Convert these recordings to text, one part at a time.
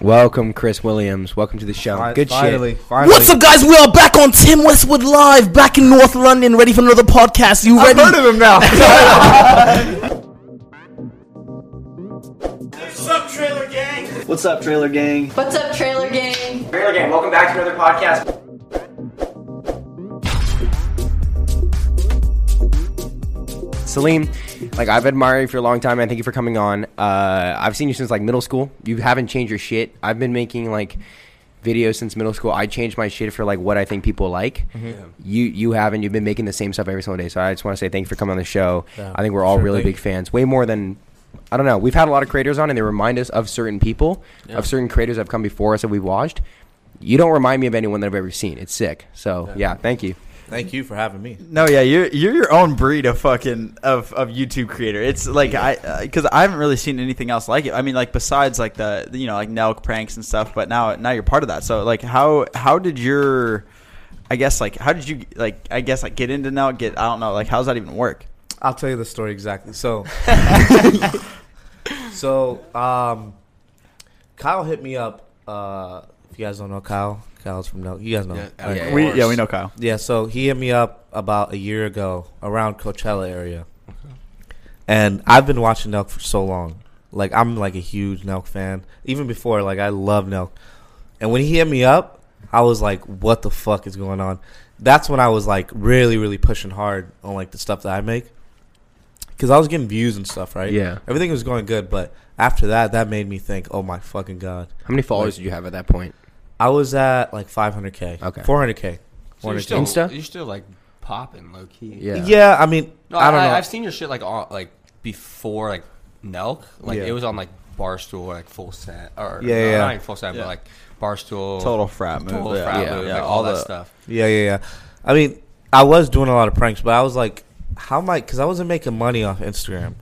Welcome, Chris Williams. Welcome to the show. Fi- Good finally, shit. Finally, What's up, guys? We are back on Tim Westwood Live, back in North London, ready for another podcast. You I've ready? heard of him now. What's up, trailer gang? What's up, trailer gang? Trailer Gang, welcome back to another podcast. Salim, like I've admired you for a long time. and thank you for coming on. Uh, I've seen you since like middle school. You haven't changed your shit. I've been making like videos since middle school. I changed my shit for like what I think people like. You you haven't. You've been making the same stuff every single day. So I just want to say thank you for coming on the show. I think we're all sure really thing. big fans. Way more than I don't know. We've had a lot of creators on, and they remind us of certain people, of certain creators that have come before us that we've watched. You don't remind me of anyone that I've ever seen. It's sick. So yeah thank you. Thank you for having me. No, yeah, you're you're your own breed of fucking of, of YouTube creator. It's like I because I haven't really seen anything else like it. I mean, like besides like the you know like Nelk pranks and stuff, but now now you're part of that. So like how how did your I guess like how did you like I guess like get into Nelk? Get I don't know like how's that even work? I'll tell you the story exactly. So, so um, Kyle hit me up. Uh, if you guys don't know Kyle, Kyle's from Nel- you guys know. him. Yeah, we yeah we know Kyle. Yeah, so he hit me up about a year ago around Coachella area. And I've been watching Nelk for so long. Like I'm like a huge Nelk fan. Even before, like I love Nelk. And when he hit me up, I was like, what the fuck is going on? That's when I was like really, really pushing hard on like the stuff that I make. Cause I was getting views and stuff, right? Yeah. Everything was going good, but after that, that made me think, oh my fucking god. How many followers did you have at that point? I was at like 500k. Okay. 400k. So you're Wanted still, Insta? you're still like popping low key. Yeah. Yeah, I mean, No, I don't know. I've seen your shit like on like before like Nelk. Like Yeah. it was on like Barstool or like Full Set or Yeah, no, yeah, not yeah. like Full Set, Yeah. but like Barstool, Total frat move. Total yeah. Frat Yeah. Move, Yeah, like all, all that the- stuff. Yeah, yeah, yeah. I mean, I was doing a lot of pranks, but I was like, how am I? Because I wasn't making money off Instagram,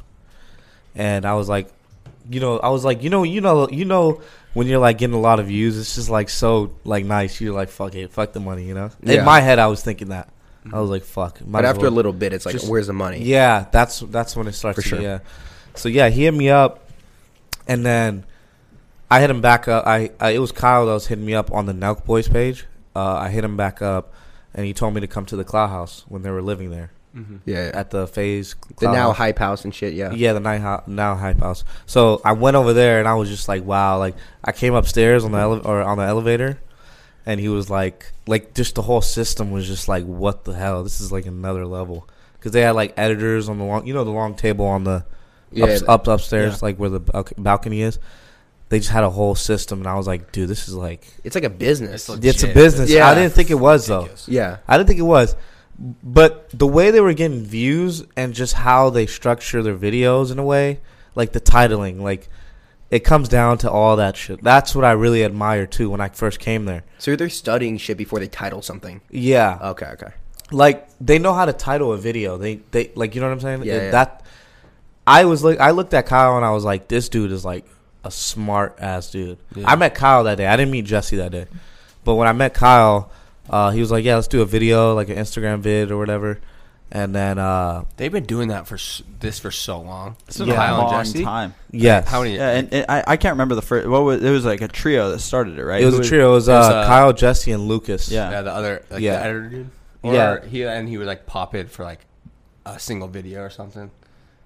and I was like, you know, I was like, you know, you know, you know, when you're like getting a lot of views, it's just like so like nice. You're like, fuck it, fuck the money, you know. Yeah. In my head, I was thinking that. I was like, fuck. might But as after well. a little bit, it's like, Just- where's the money? Yeah, that's that's when it starts. For to- sure. Yeah. So yeah, he hit me up, and then I hit him back up. I, I it was Kyle that was hitting me up on the Nelk Boys page. Uh, I hit him back up, and he told me to come to the Cloud House when they were living there yeah. at the Phase. the Cloud now House. hype house and shit. Yeah, Yeah, the night ho- now hype house. So I went over there and I was just like, wow. Like I came upstairs on the ele- or on the elevator, and he was like, like just the whole system was just like, what the hell? This is like another level because they had like editors on the long, you know, the long table on the Yeah, ups, th- up upstairs, like where the balc- balcony is. They just had a whole system, and I was like, dude, this is like it's like a business. It's like- it's a Shit. business. Yeah. I didn't think it was though. yeah, I didn't think it was. But the way they were getting views and just how they structure their videos in a way, like the titling, like it comes down to all that shit. That's what I really admire too when I first came there. so they're studying shit before they title something. Yeah. Okay, okay. like they know how to title a video. They they like you know what I'm saying? Yeah, It- yeah. That I was like I looked at Kyle and I was like this dude is like a smart ass dude. I met Kyle that day. I didn't meet Jesse that day. But when I met Kyle, uh, he was like, "Yeah, let's do a video, like an Instagram vid or whatever." And then uh They've been doing that for s- this for so long. It's been a long time. yes. How many? Yeah, and, and I, I can't remember the first. What was it was like a trio that started it, right? It was Who a trio. It was, it was, uh, uh, Kyle, Jesse, and Lucas. Yeah. Yeah, the other like Yeah. the editor dude. Or Yeah. he and he would like pop it for like a single video or something.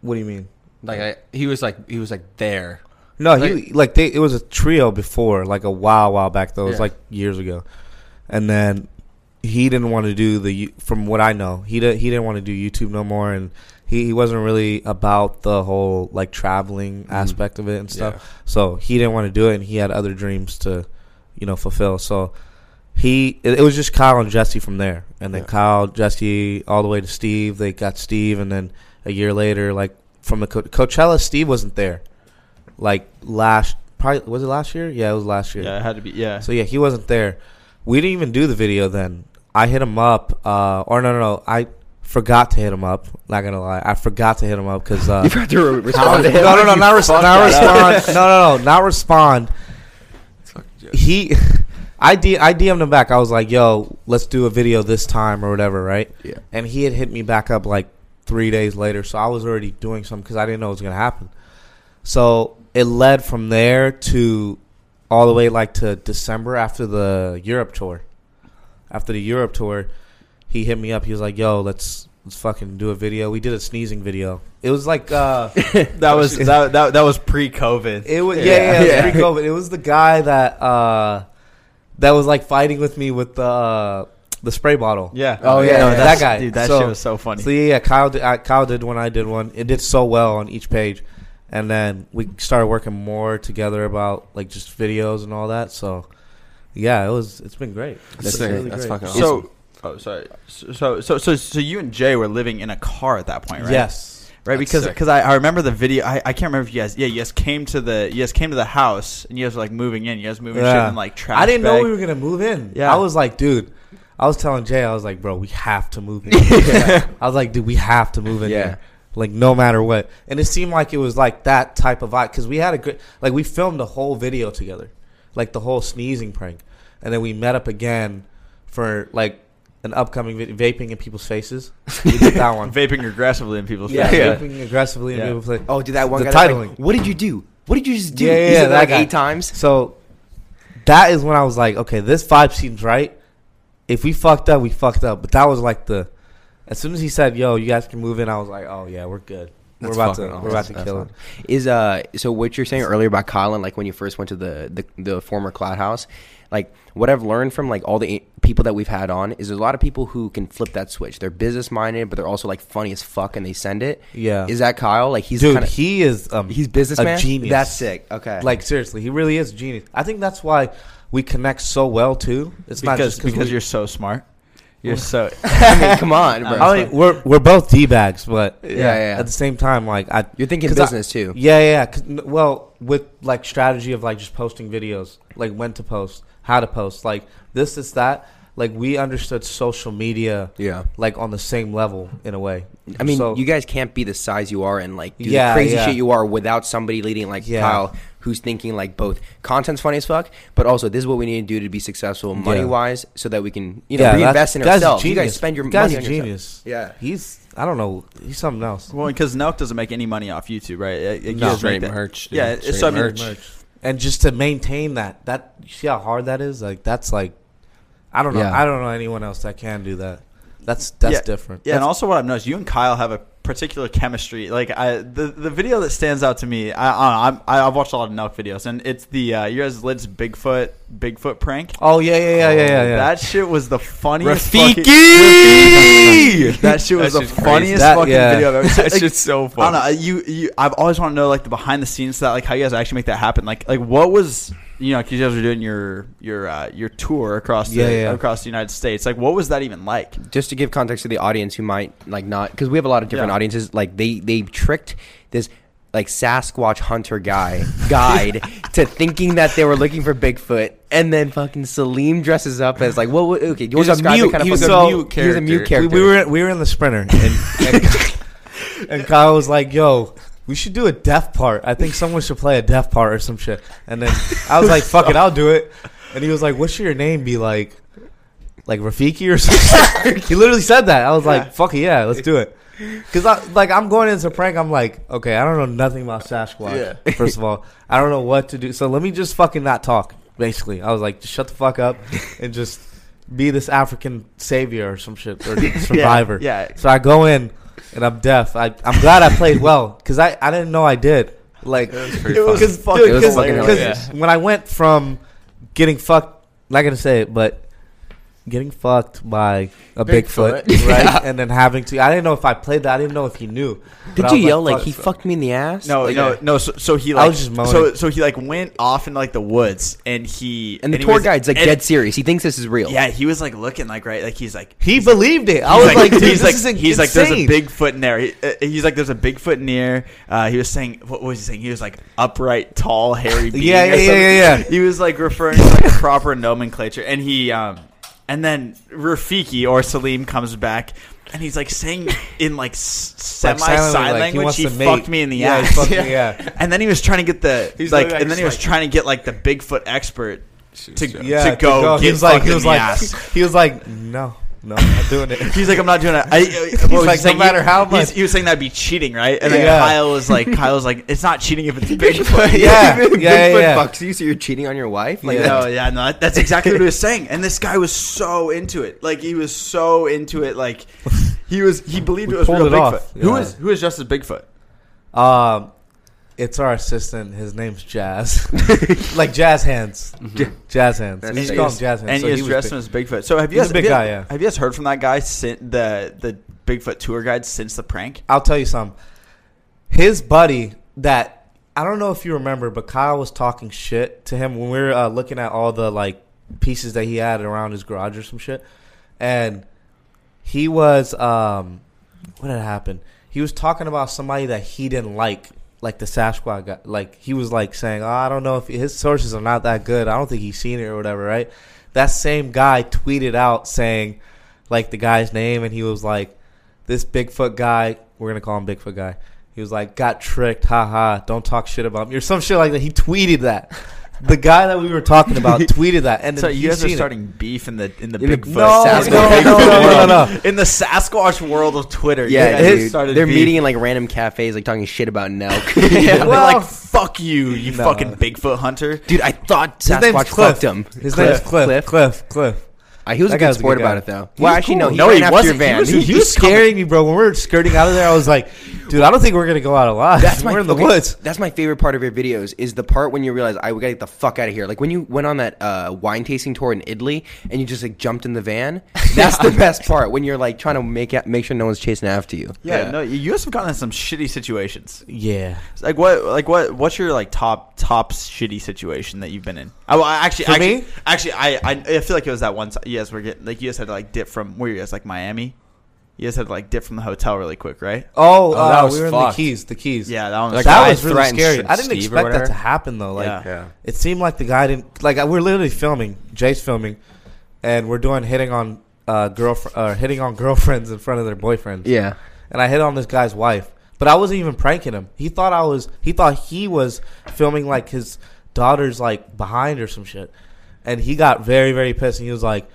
What do you mean? Like I, he was like he was like there. No, he like they. It was a trio before, like a while, while back though. It was Yeah. like years ago, and then he didn't want to do the. you- From what I know, he did, he didn't want to do YouTube no more, and he, he wasn't really about the whole like traveling aspect of it and stuff. Mm-hmm. Yeah. So he didn't want to do it, and he had other dreams to, you know, fulfill. So he it, it was just Kyle and Jesse from there, and then Kyle, Jesse, all the way to Steve. They got Steve, and then a year later, like from the Co- Coachella, Steve wasn't there. Like last, probably was it last year? Yeah, it was last year. Yeah, it had to be. Yeah, So yeah, he wasn't there. We didn't even do the video then. I hit him up, uh, or no, no, no, I forgot to hit him up. Not gonna lie, I forgot to hit him up because uh, You've had to re- no, respond to him. no, no, You not, res- fucked not that up. respond. No, no, no, not respond. He, I, D- I DM'd him back. I was like, yo, let's do a video this time or whatever, right? Yeah. And he had hit me back up like three days later. So I was already doing something because I didn't know it was going to happen. So it led from there to all the way like to December after the Europe tour. After the Europe tour, he hit me up. He was like, "Yo, let's let's fucking do a video." We did a sneezing video. It was like uh That was that, that, that was pre-COVID. it was yeah, Yeah. yeah, it was Yeah. pre-COVID. It was the guy that uh that was like fighting with me with the uh, the spray bottle. yeah. Oh, yeah, yeah. that's- that guy. Dude, that So- shit was so funny. So yeah, yeah, Kyle did, uh, Kyle did one. I did one. It did so well on each page, and then we started working more together about like just videos and all that. So yeah, it was. It's been great. That's, It's sick. really That's great. fucking awesome. So, oh, sorry. So, so, so, so you and Jay were living in a car at that point, right? Yes. Right, That's because sick. because I, I remember the video. I, I can't remember if you guys. Yeah, you guys came to the you guys came to the house and you guys were like moving in. You guys moving shit in like trash. I didn't know bag. we were gonna move in. Yeah. Yeah. I was like, dude. I was telling Jay, I was like, bro, we have to move in. I was like, dude, we have to move in Yeah. here. Like no matter what, and it seemed like it was like that type of vibe because we had a good like we filmed the whole video together, like the whole sneezing prank, and then we met up again for like an upcoming vid- vaping in people's faces. We did that one, vaping aggressively in people's yeah, faces. vaping aggressively in Yeah. people's faces. Oh, dude, that one The guy. that's Like, titling. what did you do? What did you just do? Yeah, yeah, He said that that like guy. eight times. So that is when I was like, okay, this vibe seems right. If we fucked up, we fucked up. But that was like the as soon as he said, "Yo, you guys can move in," I was like, "Oh yeah, we're good. That's we're about to fucking we're about to awesome. kill it." That's Is uh so what you're saying earlier about Colin, like when you first went to the the, the former cloud house, like what I've learned from like all the people that we've had on is there's a lot of people who can flip that switch. They're business minded, but they're also like funny as fuck, and they send it. Yeah. is that Kyle? Like he's Dude, kind of he is um, he's businessman. a genius. That's sick. Okay, Like seriously, he really is a genius. I think that's why we connect so well too. It's not because just because we- you're so smart. You're so I mean, come on, bro. I mean, we're we're both d bags, but yeah, yeah. At the same time, like I, You're thinking 'cause I- business, too. Yeah, yeah. yeah, 'cause n- well, with like strategy of like just posting videos, like when to post, how to post, like this, this, that. Like we understood social media, Yeah. like on the same level in a way. I mean, So- you guys can't be the size you are and like do Yeah, the crazy yeah. shit you are without somebody leading like Yeah. Kyle, who's thinking like both content's funny as fuck, but also this is what we need to do to be successful money wise, so that we can you know Yeah, that's- reinvest in guy's a ourselves. You guys genius. spend your guy's money a on genius. Yeah. he's I don't know, he's something else. well because Nelk doesn't make any money off YouTube, right? It- it- you No. guys make Straight that- merch, dude. Yeah, Straight so I mean, merch. and just to maintain that that you see how hard that is like that's like i don't know Yeah. i don't know anyone else that can do that that's that's yeah, different Yeah, and That's- also what I've noticed, you and Kyle have a particular chemistry. Like I, the the video that stands out to me, I, I don't know, I'm, I, I've watched a lot of Nelk videos, and it's the uh, you guys Lid's Bigfoot Bigfoot prank. oh yeah yeah yeah yeah yeah, yeah. That shit was the funniest. Rafiki! fucking- that shit was That the shit's crazy. funniest That- fucking yeah. video I've ever seen. That Like, shit's so I don't funny. know. You, you, I've always wanted to know like the behind the scenes to that, like how you guys actually make that happen. Like, like what was you know 'cause you guys were doing your your uh, your tour across the Yeah, yeah. across the United States. Like, what was that even like? just to give context to the audience who might like not because we have a lot of different Yeah. audiences like they they tricked this like sasquatch hunter guy guide to thinking that they were looking for bigfoot and then fucking Salim dresses up as like what would- okay you want was to a describe the mute- kind of he was a fucking- mute he was a mute character. character we, we were we were in the sprinter and and, and kyle was like yo we should do a deaf part i think someone should play a deaf part or some shit and then i was like fuck it i'll do it and he was like what should your name be like like Rafiki or something. he literally said that. I was like, "Fuck it, yeah, let's do it." Because I like I'm going into prank. I'm like, okay, I don't know nothing about Sasquatch. First of all, I don't know what to do. So let me just fucking not talk. Basically, I was like, just shut the fuck up and just be this African savior or some shit or survivor. yeah. So I go in and I'm deaf. I I'm glad I played well because I I didn't know I did. Like pretty it was because dude, funny. It was 'cause- fucking 'cause hilarious. when I went from getting fucked, not gonna say it, but getting fucked by a Bigfoot. Bigfoot, right? And then having to, I didn't know if I played that. I didn't know if he knew. But I Did was you yell like, fuck. he fucked me in the ass? No, Like, no, no. So, so he I like was just moaning. so so he like went off in like the woods and he And the he tour was- guide's like and- dead serious. He thinks this is real. Yeah, he was like looking like right, like he's like He believed it. I was like, dude, he's this like is in- he's like there's a insane. Bigfoot in there. He, uh, he's like there's a Bigfoot in there. Uh, he was saying what was he saying? He was like upright, tall, hairy. Being Yeah, or yeah, yeah, something. yeah, yeah. He was like referring to like a proper nomenclature, and he um and then Rafiki or Salim comes back. And he's like saying in like semi silently, sign like, he language, wants he, to mate." fucked me in the Yeah, he ass. fucked me, yeah. And then he was trying to get the He's like, literally and then he was just, like- trying to get like the Bigfoot expert to, yeah, to go. Get He was like, fucked he in was the like, ass. he was like, no, No, I'm not doing it. He's like, I'm not doing it. I, uh, he's like, "No matter how much." He was saying that'd be cheating, right? And then Yeah. Kyle was like, Kyle was like, it's not cheating if it's Bigfoot. Yeah, yeah, Bigfoot yeah, yeah. fucks you, so you're cheating on your wife. Like, Yeah. no. No, yeah, no, that- that's exactly what he was saying. And this guy was so into it. Like he was so into it. Like he was, he believed We it was pulled real it Bigfoot. off, Who yeah. is who is Justice Bigfoot? Um, it's our assistant. His name's Jazz, like Jazz Hands. Jazz Hands. That's We used to it. call him Jazz Hands. And so he was was dressed big. as Bigfoot. So have you guys He's a have big you- guy, yeah. Have you guys heard from that guy since the the Bigfoot tour guide since the prank? I'll tell you something. His buddy that I don't know if you remember, but Kyle was talking shit to him when we were uh, looking at all the like pieces that he had around his garage or some shit, and he was um, what had happened? He was talking about somebody that he didn't like, like the Sasquatch guy. Like he was like saying, oh, I don't know if his sources are not that good. I don't think he's seen it or whatever, right? That same guy tweeted out saying like the guy's name, and he was like, this Bigfoot guy, we're gonna call him Bigfoot guy. He was like, got tricked, haha, don't talk shit about me or some shit like that. He tweeted that. The guy that we were talking about tweeted that, and then So you he's guys are seen it. starting beef in the in the In the Bigfoot no, Sasquatch no, world. no, no, no, no. in the Sasquatch world of Twitter. you Yeah, guys dude. started they're beef. meeting in like random cafes, like talking shit about Nelk. Yeah, they're Well- like fuck you, you No. fucking Bigfoot hunter. Dude, I thought His name's Sasquatch Cliff. fucked him. His name's Cliff. Cliff. Cliff. Uh, he was That a guy good was a sport good guy. about it, though. He well, was actually, cool. no. He No, ran he after wasn't. Your van. He was- He, he was scaring me, bro. When we were skirting out of there, I was like, dude, I don't think we're gonna go out alive. That's my we're in the okay, woods. That's my favorite part of your videos is the part when you realize I we gotta get the fuck out of here. Like when you went on that uh, wine tasting tour in Italy and you just like jumped in the van. That's the best part when you're like trying to make out, make sure no one's chasing after you. Yeah, no, you guys have gotten in some shitty situations. Yeah. It's Like what? Like what? What's your like top top shitty situation that you've been in? I, well, I actually, For actually, me? actually, I, I I feel like it was that one. time. You guys were getting like you guys had to like dip from where you guys like Miami. You guys had to like dip from the hotel really quick, right? Oh, Oh, that uh, was we were in the fucked. keys. The keys. Yeah, that one. Was Like, that guy was really threatened scary. Sh- I didn't Steve or expect that whatever. to happen though. Like, Yeah. Yeah. it seemed like the guy didn't like. We're literally filming. Jay's filming, and we're doing hitting on uh, girlfriend or hitting on girlfriends in front of their boyfriends. Yeah. and I hit on this guy's wife. But I wasn't even pranking him. He thought I was. He thought he was filming like his daughter's like behind or some shit, and he got very very pissed. And he was like,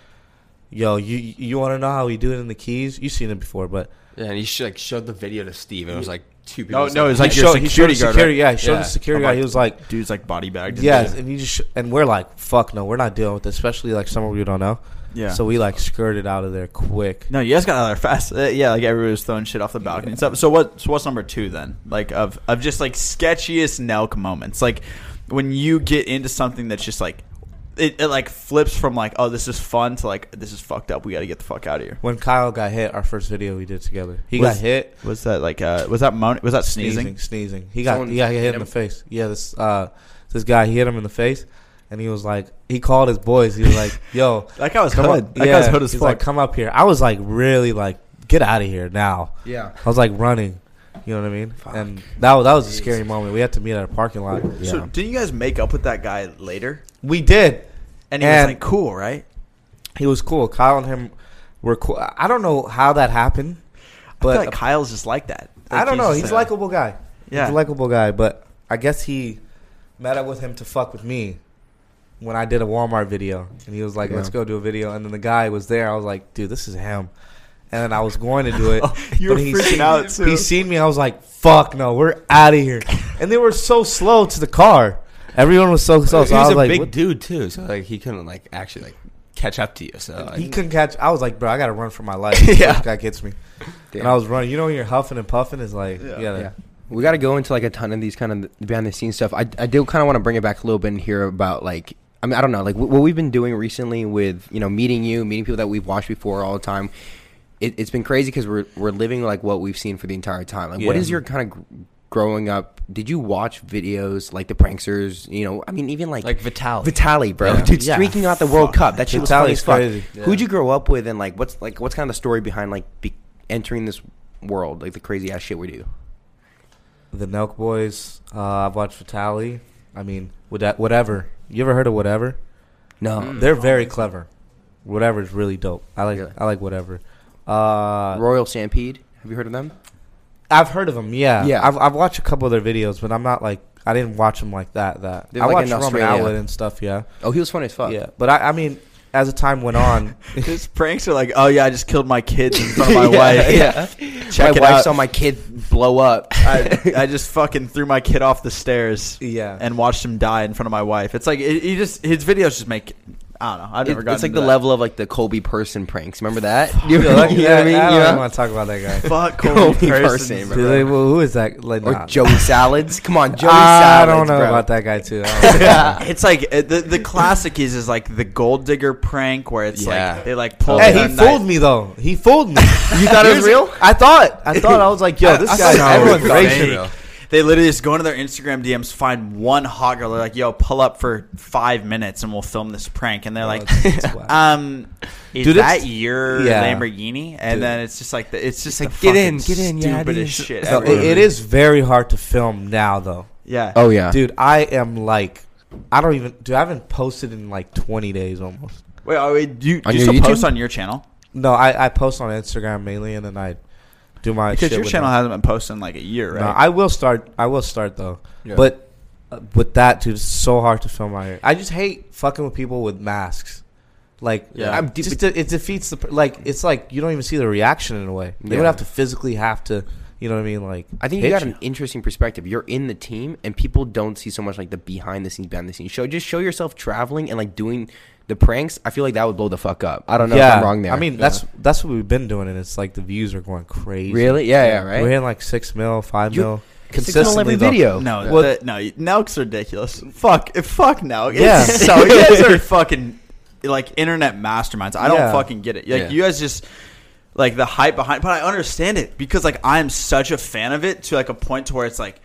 "Yo, you you want to know how we do it in the keys? You've seen it before, but Yeah, and he sh- like showed the video to Steve, and it was like two people. No, just, no, it was like He your showed- he showed security the guard. security- right? yeah, he showed Yeah. the security I'm guy. like, He was like, dude's like body bagged. and Yes, shit. and you just sh- and we're like, fuck no, we're not dealing with this, especially like someone we don't know. yeah. So we like skirted out of there quick. no, you guys got out of there fast. Uh, yeah, like everybody was throwing shit off the balcony and stuff. So what? So what's number two then? Like of of just like sketchiest Nelk moments. Like when you get into something that's just like. It, it like flips from like oh this is fun to like this is fucked up we got to get the fuck out of here. When Kyle got hit, our first video we did together, he Was- got hit Was that like uh was that moan- was that sneezing? sneezing, sneezing. He got Someone he got hit hit in him? the face. Yeah, this uh this guy he hit him in the face, and he was like, he called his boys. He was like, yo, That guy was come hood. up, That yeah. guy was hood as He's fuck. like, come up here. I was like, really like, get out of here now. yeah. I was like running. You know what I mean? And that was, that was a scary moment. We had to meet at a parking lot. So didn't you guys make up with that guy later? we did. And he And- was like cool, right? He was cool. Kyle and him were cool. I don't know how that happened, But but like Kyle's just like that. I don't know. He's a like likable guy. He's a yeah. likable guy, but I guess he met up with him to fuck with me when I did a Walmart video, and he was like, "Let's go do a video." And then the guy was there. I was like, "Dude, this is him." And then I was going to do it. You were but he freaking seen- out, too. He seen me. I was like, "Fuck no, we're out of here." And they were so slow to the car. Everyone was so slow. So, So he I was was a like, big what- dude too, so like he couldn't like actually like catch up to you. So like, He couldn't catch. I was like, bro, I gotta run for my life. Yeah. this guy gets me. Damn. And I was running. You know, when you're huffing and puffing, it's like, yeah, Yeah. We got to go into like a ton of these kind of behind the scenes stuff. I, I do kind of want to bring it back a little bit and hear about like I mean I don't know like wh- what we've been doing recently with you know meeting you, meeting people that we've watched before all the time. It, it's been crazy because we're we're living like what we've seen for the entire time. Like what Yeah. is your kind of gr- growing up? Did you watch videos like the pranksters? You know, I mean even like like Vital. Vitali, bro, Yeah. dude, Yeah. streaking out the World Cup. That shit was funny Vitali's as fuck. crazy. Who'd you grow up with, and like, what's like, what's kind of the story behind like be- entering this world, like the crazy ass shit we do? The Nelk Boys. Uh, I've watched Vitali. I mean, with that, whatever. You ever heard of whatever? No, They're very clever. Whatever is really dope. I like. Really? I like whatever. Uh, Royal Stampede. Have you heard of them? I've heard of them. Yeah. Yeah. I've, I've watched a couple of their videos, but I'm not like. I didn't watch them like that. That They're I like watched in Roman Australia. Outlet and stuff. Yeah. Oh, he was funny as fuck. Yeah. But I, I mean, as the time went on, His pranks are like, oh yeah, I just killed my kids in front of my wife. yeah, yeah. Check it my wife out. saw my kid blow up. I, I just fucking threw my kid off the stairs. Yeah. and watched him die in front of my wife. It's like it, he just his videos just make. I don't know. I've It- never gotten. it's like into the that. level of like the Kobe person pranks. Remember that? you know, like, you know yeah, what I mean? I don't Yeah. want to talk about that guy. Fuck Kobe Kobe person, person. bro. Dude, like, well, who is that? Like, Or nah. Joey Salads. Come on, Joey I Salads. don't know bro. about that guy too. I don't know. it's like uh, the the classic is is like the gold digger prank where it's Yeah. like they like pull. hey, the he knife- fooled me though. He fooled me. You thought it was real? I thought. I thought I was like, yo, this I guy's thought everyone thought outrageous. it was real. They literally just go into their Instagram DMs, find one hot girl. They're like, "Yo, pull up for five minutes, and we'll film this prank." And they're like, it's- it's wild. "Um, is Oh, Dude, it's- that your Yeah. Lamborghini?" And Dude. then it's just like, the, it's just It's the like, "Get in, fucking get in, yeah, it stupidest is." shit. So ever. it- it is very hard to film now though. yeah. Oh yeah, Dude, I am like, I don't even, dude, I haven't posted in like 20 days almost. Wait, oh, wait, do you, On do you your still YouTube? post on your channel? No, I, I post on Instagram mainly and then I do my Because shit your with channel them. hasn't been posted in like a year, right? No, I will start. I will start though. But uh, with that, dude, it's so hard to film out here. I just hate fucking with people with masks. Like, Yeah. yeah, I'm just de- it defeats the pr- like. It's like you don't even see the reaction in a way. They Yeah. would have to physically have to. You know what I mean? Like, I think hit you got an interesting perspective. You're in the team, and people don't see so much like the behind the scenes, behind the scenes show. Just show yourself traveling and like doing the pranks. I feel like that would blow the fuck up. I don't know if I'm wrong there. I mean, that's that's what we've been doing, and it's like the views are going crazy. really, yeah, yeah, right. We're in like six mil, five You- mil Six mil consistently. every though. video. No, Well- the, no, Nelk's ridiculous. Fuck, fuck Nelk. Yeah. Yeah. so you guys are fucking like internet masterminds. I don't Yeah. fucking get it. Like Yeah. you guys just like the hype behind, but I understand it because like I am such a fan of it to like a point to where it's like,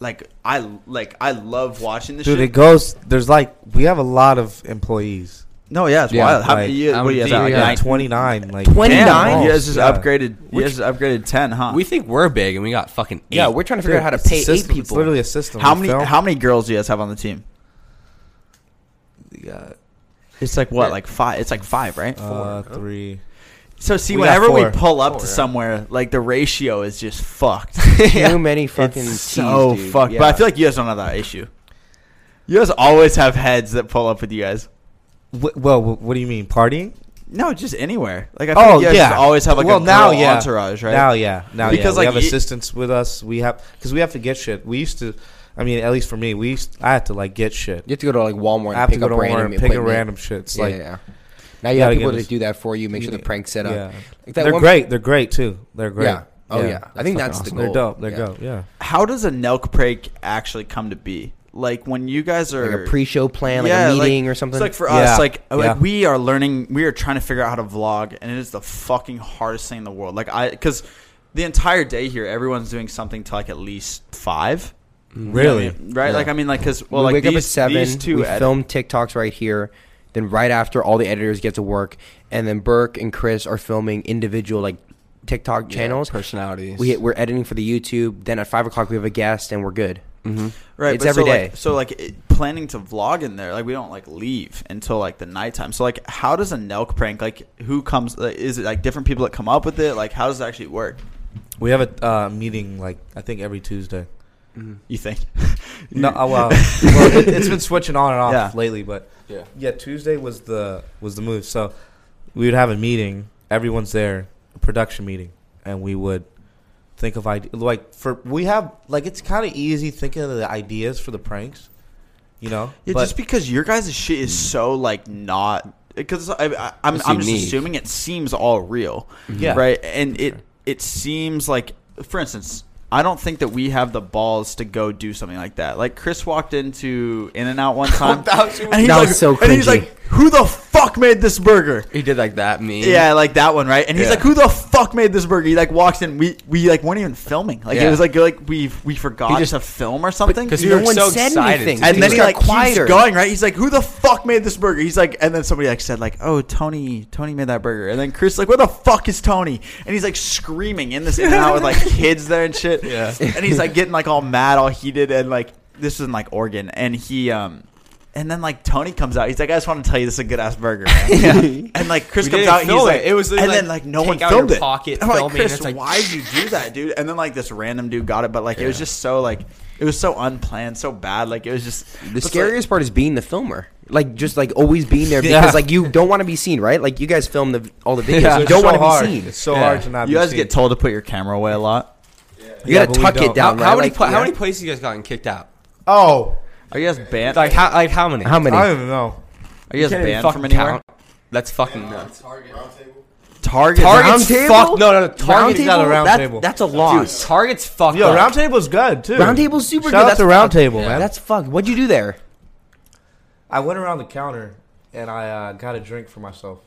like I like I love watching this dude. shit. It goes. There's like we have a lot of employees. no, yeah, it's Yeah, wild. How like, many you? I'm What do you guys? deep, have, Like yeah. nine- Like twenty nine. Like 29? Damn, you guys Almost, just yeah. upgraded. You guys just upgraded ten, huh? We think we're big, and we got fucking. Eight. yeah, we're trying to figure out how to It's a pay eight system. It's people. literally a system. how We many? film- How many girls do you guys have on the team? Yeah, It's like what, like five? It's like five, right? uh, three. So see, We got whenever we four. pull up to somewhere, like the ratio is just fucked. Too many fucking. it's T's, so dude. fucked. Yeah. But I feel like you guys don't have that issue. You guys always have heads that pull up with you guys. Wh- well, wh- what do you mean partying? Oh, No, just anywhere. Like Oh, I feel like you guys just always have like a girl entourage, right? Now, yeah, now Because, like, yeah. we have it- assistants with us. We have because we have to get shit. We used to, I mean, at least for me, we used, I had to like get shit. you have to go to like Walmart. I And have pick to go to up random Walmart and pick a equipment. random shit. It's Yeah, like, yeah, yeah. Now you have Gotta get people to us- do that for you. Make sure the prank's set up. yeah. Like that they're one- great. They're great too. They're great. Yeah. Oh, yeah. I think fucking that's the They're goal. dope. They're Yeah. dope. Yeah. How does a Nelk prank actually come to be? Like when you guys are Like a pre-show plan, like Yeah, a meeting or something. It's like for Yeah. us, like, Yeah. like we are learning, we are trying to figure out how to vlog, and it is the fucking hardest thing in the world. Like I, because the entire day here, everyone's doing something till like at least five. Really? Right? Like I mean, like because well, we like wake these, up at seven. these two we edit- film TikToks right here. Then right after, all the editors get to work, and then Burke and Chris are filming individual like TikTok channels. personalities. we we're editing for the YouTube. Then at five o'clock, we have a guest, and we're good. Mm-hmm. right? it's but every so, day. Like, so like it, planning to vlog in there, like we don't like leave until like the nighttime. So like, how does a Nelk prank? Like who comes? Like, is it like different people that come up with it? Like how does it actually work? We have a uh, meeting like I think every Tuesday. You think? No, uh, well, well it, it's been switching on and off Yeah. lately, but Yeah. yeah, Tuesday was the was the move. So we would have a meeting. Everyone's there, a production meeting, and we would think of ideas. Like for we have like it's kind of easy thinking of the ideas for the pranks, you know. Yeah, just because your guys' shit is so like not because I, I, I'm It's I'm just unique. assuming it seems all real, Yeah. right? And it it seems like, for instance, I don't think that we have the balls to go do something like that. Like Chris walked into In and Out one time, and he's That like, was so and he's cringy. like, "Who the fuck made this burger?" He did like that meme. Yeah, like that one, right? And he's Yeah. like, "Who the fuck made this burger?" He like walks in. We we like weren't even filming. Like it Yeah. was like like we we forgot He just- to film or something because No we were one so said excited. anything. to and do then it. he got like quieter. keeps going, right? He's like, "Who the fuck made this burger?" He's like, and then somebody like said like, "Oh, Tony, Tony made that burger." And then Chris like, "Where the fuck is Tony?" And he's like screaming in this in and out with like kids there and shit. Yeah, and he's like getting like all mad, all heated, and like this is in like Oregon, and he um And then like Tony comes out, he's like, "I just want to tell you this is a good ass burger." Man. and like Chris We comes didn't out, and he's film like, it. It was and literally then like, like no take one out filmed your it. pocket, I'm like, film it, and Chris, it's like- why'd you do that, dude? And then like this random dude got it, but like it was just so like it was so unplanned, so bad. Like it was just The but, scariest part is being the filmer. Like just like always being there Yeah. because like you don't want to be seen, right? Like you guys film the all the videos, Yeah. you It's don't so want to hard. be seen. It's so Like, hard to not. you be guys seen. get told to put your camera away a lot. You gotta Yeah, but we tuck it don't. down. how right? many Like, pla- how yeah. many places you guys gotten kicked out? Oh, Are you guys banned? Like how like how many? How I many? don't even know. Are you guys Can't even banned fucking from anywhere? count. That's fucking nuts. Target. Target's Round table? fucked. No, no, no. Round Target's table? got a round That- table. That's a Dude, loss. Target's fucked. Yo, up. round table's good too. Round table's super Shout good. out That's to round fucked. table, man. That's fucked. What'd you do there? I went around the counter and I uh, got a drink for myself.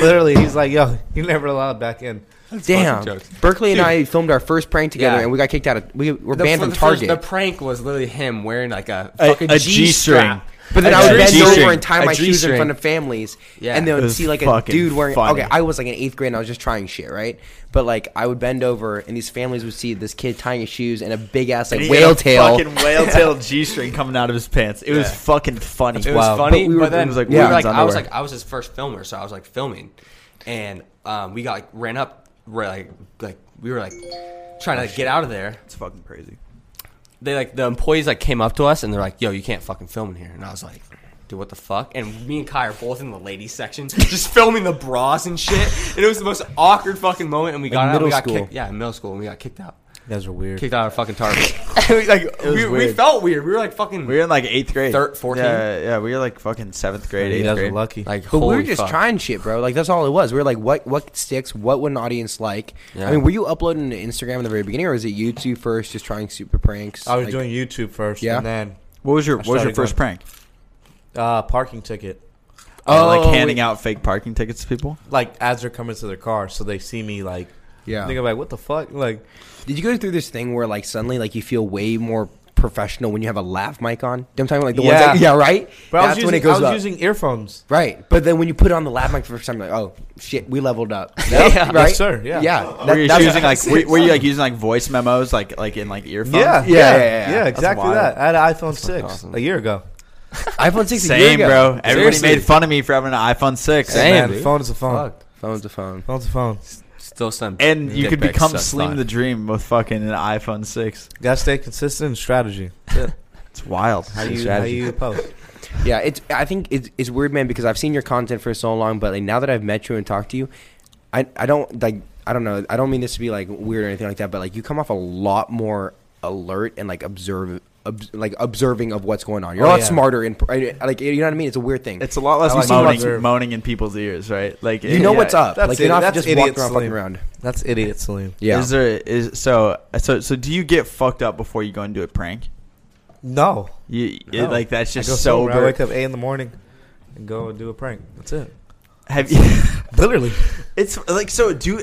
Literally, he's like, "Yo, you're never allowed back in." Damn. jokes. Berkeley and I filmed our first prank together, Yeah. and we got kicked out of. We were The- banned the from first- Target. the prank was literally him wearing like a A- fucking a G-string. G-string. But then A I would bend G-string. over and tie A my shoes in G-string. front of families, Yeah. and they It would was see like a fucking dude wearing. funny. Okay, I was like in eighth grade, and I was just trying shit, right? But like, I would bend over, and these families would see this kid tying his shoes and a big ass like And he had whale a tail. Fucking whale tail G string coming out of his pants. It was Yeah. fucking funny. It was funny, but, we were, it then was like, we were, women's like, I was underwear. like I was his first filmer, so I was like filming, and um, we got like ran up, we're like like we were like trying to like, get out of there. it's fucking crazy. They like the employees like came up to us and they're like, "Yo, you can't fucking film in here," and I was like. Dude, what the fuck? And me and Kai are both in the ladies section, just filming the bras and shit. And it was the most awkward fucking moment. And we got out, middle we got school. kicked. Yeah, in middle school, and we got kicked out, You guys are weird. kicked out of fucking Target. We, like we, we weird. felt weird. We were like fucking. We were in like eighth grade, Third- 14? Yeah, yeah, we were like fucking seventh grade, you eighth guys grade. are lucky. Like, But we were holy just fuck. trying shit, bro. Like that's all it was. We were like, what what sticks? What would an audience like? Yeah. I mean, were you uploading to Instagram in the very beginning, or was it YouTube first, just trying super pranks? I was Like, doing YouTube first, Yeah. and then What was your What was your started first prank? uh, parking ticket. Oh, like Oh, handing we- out fake parking tickets to people. Like as they're coming to their car, so they see me like. Yeah. Think like, what the fuck? Like, Did you go through this thing where like suddenly like you feel way more professional when you have a laugh mic on? Do you know what I'm talking about? like the Yeah. ones that, yeah, right? bro, That's I was using, when it goes I was up. using earphones. right. But then when you put on the laugh mic for the first time, you're like, oh shit, we leveled up. Yes, right? sir, yeah. Yeah. were you that's- using like were, were you like using like voice memos like like in like earphones? Yeah, yeah, yeah, yeah, yeah. That's exactly wild. that. I had an iPhone six awesome. a year ago. iPhone 6 a year Same, ago. bro. Everybody Seriously. made fun of me for having an iPhone six. Same. Man, dude. phone is a phone. Fuck. Phone's a phone. Phone's a phone. Still some. And you dick could pics become suck Slim dick. the Dream with fucking an iPhone six. Gotta stay consistent in strategy. It's wild. How It's a you how strategy. you post? Yeah, it's. I think it's, it's weird, man, because I've seen your content for so long, but like now that I've met you and talked to you, I I don't like. I don't know. I don't mean this to be like weird or anything like that, but like you come off a lot more alert and like observe, ob, like observing of what's going on. You're a Oh, lot yeah. smarter and like you know what I mean. It's a weird thing. It's a lot less I like moaning, observe. moaning in people's ears, right? Like you know yeah. what's up. That's Like you're it. not That's just walking idiot around, fucking sleep. around. That's idiot, Salim. Yeah. Is there is so so so? Do you get fucked up before you go and do a prank? No, You it- No. like that's I go just sober. sober. I wake up eight in the morning and go and do a prank. That's it. Have you? Literally. It's like so. Do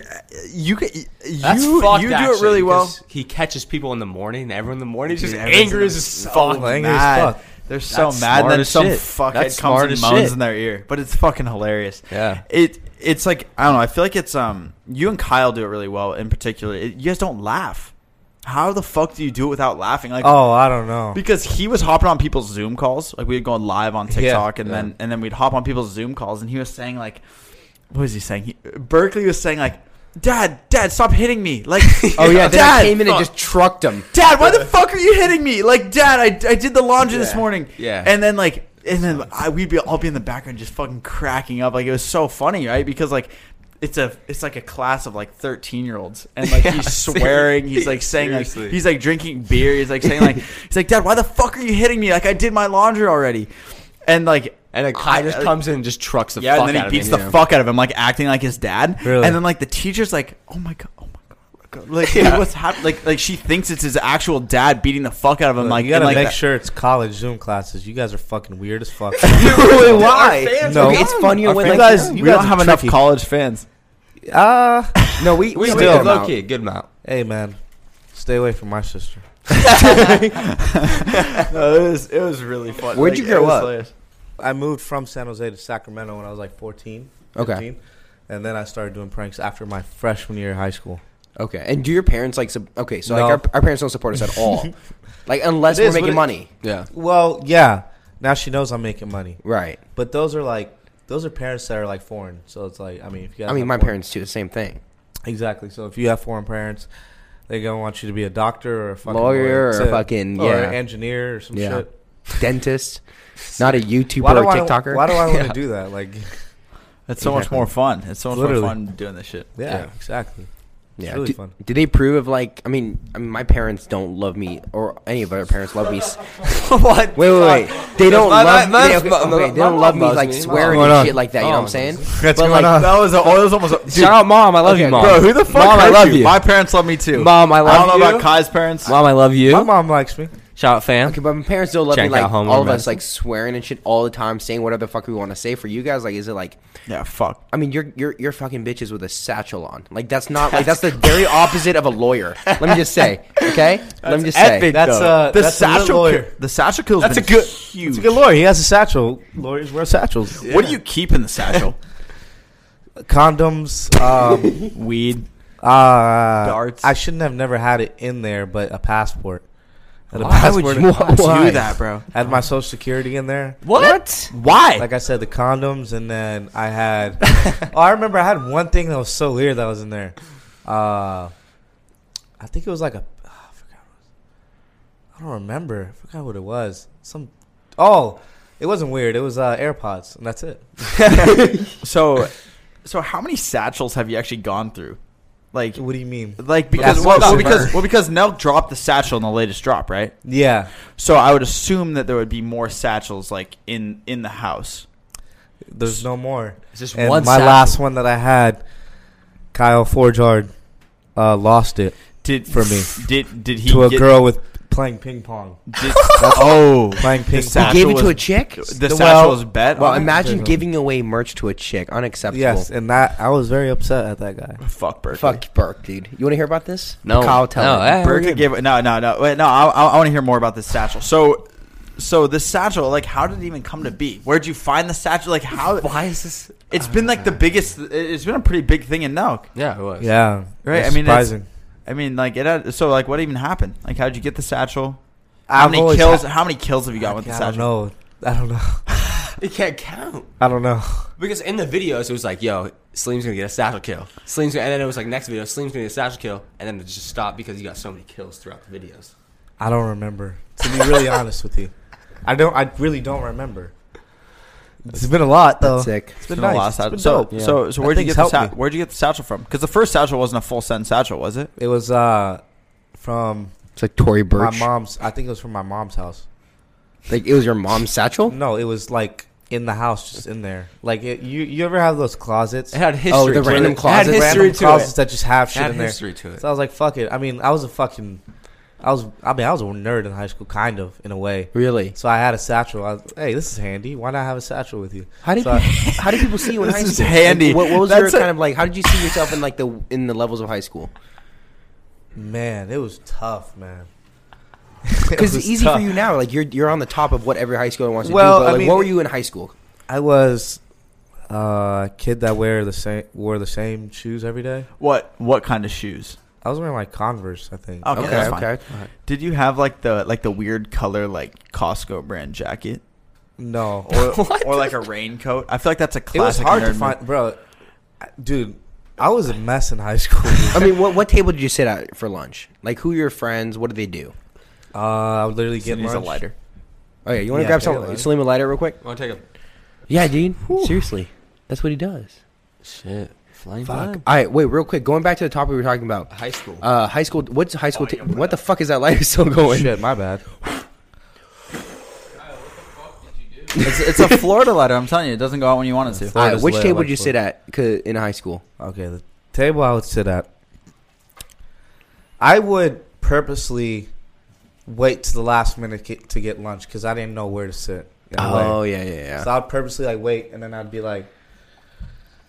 you ca- you That's you fucked, do it actually, really well? because He catches people in the morning. and Everyone in the morning is just Dude, everyone's angry in as the- fuck. Like, Oh, angry as mad. fuck. They're so That's mad. And smart then as some shit. That's fuckhead smart comes and as moans shit. in their ear. But it's fucking hilarious. Yeah. It it's like I don't know. I feel like it's um you and Kyle do it really well in particular. It, you guys don't laugh. How the fuck do you do it without laughing? Like Oh, I don't know. because he was hopping on people's Zoom calls. Like we'd go live on TikTok, and yeah. then and then we'd hop on people's Zoom calls, and he was saying like, what was he saying? He, Berkeley was saying like, Dad, Dad, stop hitting me! Like, oh yeah, then I Dad, came in fuck. and just trucked him. Dad, why the fuck are you hitting me? Like, Dad, I, I did the laundry this Yeah. morning. Yeah. And then like, and then I, we'd be all be in the background just fucking cracking up. Like it was so funny, right? Because like. It's a it's like a class of like thirteen year olds and like he's swearing he's like saying like Seriously. he's like drinking beer he's like saying like he's like Dad why the fuck are you hitting me like I did my laundry already and like And then Kai just I- comes in and just trucks the yeah, fuck and then out he beats of the him. fuck out of him, like acting like his dad. Really? And then like the teacher's like, "Oh my god, oh my god, oh my god!" Like, dude, what's happening? Like, like she thinks it's his actual dad beating the fuck out of him. Look, like, you gotta and, like, make that- sure it's college Zoom classes. You guys are fucking weird as fuck. Really, why? fans No, are it's dumb. funnier Our when you like, fans- guys, you we guys don't are have enough tricky. college fans. Ah, no, we We we still still good low key, good amount. hey man, stay away from my sister. No, it was it was really fun. Where'd you it grow was up? hilarious. I moved from San Jose to Sacramento when I was like 14, Okay. 15, and then I started doing pranks after my freshman year of high school. Okay. And do your parents like? Sub- okay, so No. like our, our parents don't support us at all, like unless It we're is, but making it- money, Yeah. Well, yeah. Now she knows I'm making money. right? But those are like those are parents that are like foreign. So it's like I mean, if you guys I mean, have my foreign- parents do the same thing. exactly. So if you have foreign parents, they're gonna want you to be a doctor or a fucking Lawyer or to- fucking- or yeah. engineer or some Yeah. shit. Dentist, not a YouTuber Why or do I TikToker. Why do I want to Yeah. do that? Like, yeah, It's so much Exactly. more fun. It's so much Literally. more fun doing this shit. exactly. Yeah, really do, fun. do they approve of like? I mean, I mean, my parents don't love me, or any of our parents love me. s- what? Wait, wait, wait. They don't My- my- love. my- they, okay, my- okay, my- they my don't mom love me loves like me. swearing What's and going shit on? Oh, like that. You know what I'm saying? That's But, going like, on? That was, a, oh, that was almost. A, dude, Shout out, mom. I love you, Okay, mom. Bro, who the fuck? Mom, I hurt love you. My parents love me too. Mom, I love I don't know you. about Kai's parents. Mom, I love you. My mom likes me. Shout out, fam. Okay, but my parents don't love Check me like out Home all of Romance. us like swearing and shit all the time, saying whatever the fuck we want to say. For you guys, like, is it like? Yeah, fuck. I mean, you're you're you're fucking bitches with a satchel on. Like that's not like that's the very opposite of a lawyer. Let me just say, okay? Let me just say. Epic, That's, though. uh, the that's a good satchel. lawyer. kill- The satchel kills. That's a been good- Huge. He's a good lawyer. He has a satchel. Lawyers wear satchels. What do you keep in the satchel? Condoms. Um, Weed. uh, Darts. I shouldn't have never had it in there, but a passport. And a Why would you- had- why? Do that, bro. Had my social security in there. What? Why? Like I said, the condoms, and then I had. oh, I remember I had one thing that was so weird that was in there. Uh, I think it was like a. Oh, I forgot. What it was. I don't remember. I forgot what it was. Some. Oh, it wasn't weird. It was uh, AirPods, and that's it. so, so how many satchels have you actually gone through? Like, What do you mean? like because That's well, well, silver. because well because Nelk dropped the satchel in the latest drop, right? Yeah, So I would assume that there would be more satchels like in in the house. there's no more. It's just And one my satchel. last one that I had, Kyle Forjard, uh, lost it Did For me. Did did he to a get- girl with playing ping pong. Did, oh, Playing ping You satchel pong. gave it was- to a chick? the Well- satchel was bet. Well, on it? imagine giving away merch to a chick. Unacceptable. Yes, and that I was very upset at that guy. fuck Berkeley. Fuck Burke, dude. You want to hear about this? No. Kyle, tell No, me. eh. Berkeley gave no no no wait no I, I, want to hear more about this satchel. So so this satchel like how did it even come to be? Where'd you find the satchel? Like how? Why is this? It's been like the biggest. It's been a pretty big thing in Nelk. Yeah, it was. Yeah, Right, it's I mean, it's- surprising. I mean, like it. Had, so, like, what even happened? Like, how'd you get the satchel? How I've many always kills? had- how many kills have you got with the I satchel? don't know. I don't know. It can't count I don't know. because in the videos it was like, "Yo, Slim's gonna get a satchel kill." Slim's gonna, and then it was like next video, Slim's gonna get a satchel kill, and then it just stopped because he got so many kills throughout the videos. I don't remember. To be really honest with you, I don't. I really don't remember. It's been a lot eh? though. Sick. It's It's been been a lot of nice. It's satchel- been so, dope. so, so, That where'd you thing's get the helped sa- me. where'd you get the satchel from? Because the first satchel wasn't a full send satchel, was it? It was uh from It's like Tory Burch. my mom's. I think it was from my mom's house. Like it was your mom's satchel? No, it was like in the house, just in there. Like it, you, you ever have those closets? It had history. Oh, the to random it. closet. It had history random to closets it. that just have It shit had in there. history to it. So I was like, fuck it. I mean, I was a fucking. I was. I mean, I was a nerd in high school, kind of, in a way. Really? So I had a satchel. I was, hey, this is handy. Why not have a satchel with you? How did So I- you, how did people see you in This high is school? handy. Like, what, what was That's a- your kind of like? How did you see yourself in like the in the levels of high school? man, it was tough, man. Because it's It was easy tough. for you now. Like you're you're on the top of what every high schooler wants to Well, do. But I like, mean- what were you in high school? I was uh, a kid that wear the same wore the same shoes every day. What What kind of shoes? I was wearing like Converse, I think. Okay, that's fine. okay. Did you have like the like the weird color like Costco brand jacket No, or or like a raincoat? I feel like that's a classic. it was hard to nerd find, move. bro. I- Dude, I was a mess in high school. dude. I mean, what what table did you sit at for lunch? Like, who are your friends? What do they do? uh, I would literally get Cindy's lunch. a lighter. Oh yeah, you want to Yeah, grab take a something? lighter. Salim a lighter real quick. Want to take a Yeah, dude. Seriously, that's what he does. shit? Flame Fuck. All right, wait, real quick. Going back to the topic we were talking about, High school. uh, high school. What's high school? ta- what the fuck is that lighter still going? Shit, my bad. It's, it's a Florida lighter. I'm telling you, it doesn't go out when you want it to. All right, Florida's which lit table like did you sit at c- in high school? Okay, the table I would sit at. I would purposely wait to the last minute get, to get lunch because I didn't know where to sit. in a way. Oh yeah, yeah, yeah. So I'd purposely like wait, and then I'd be like,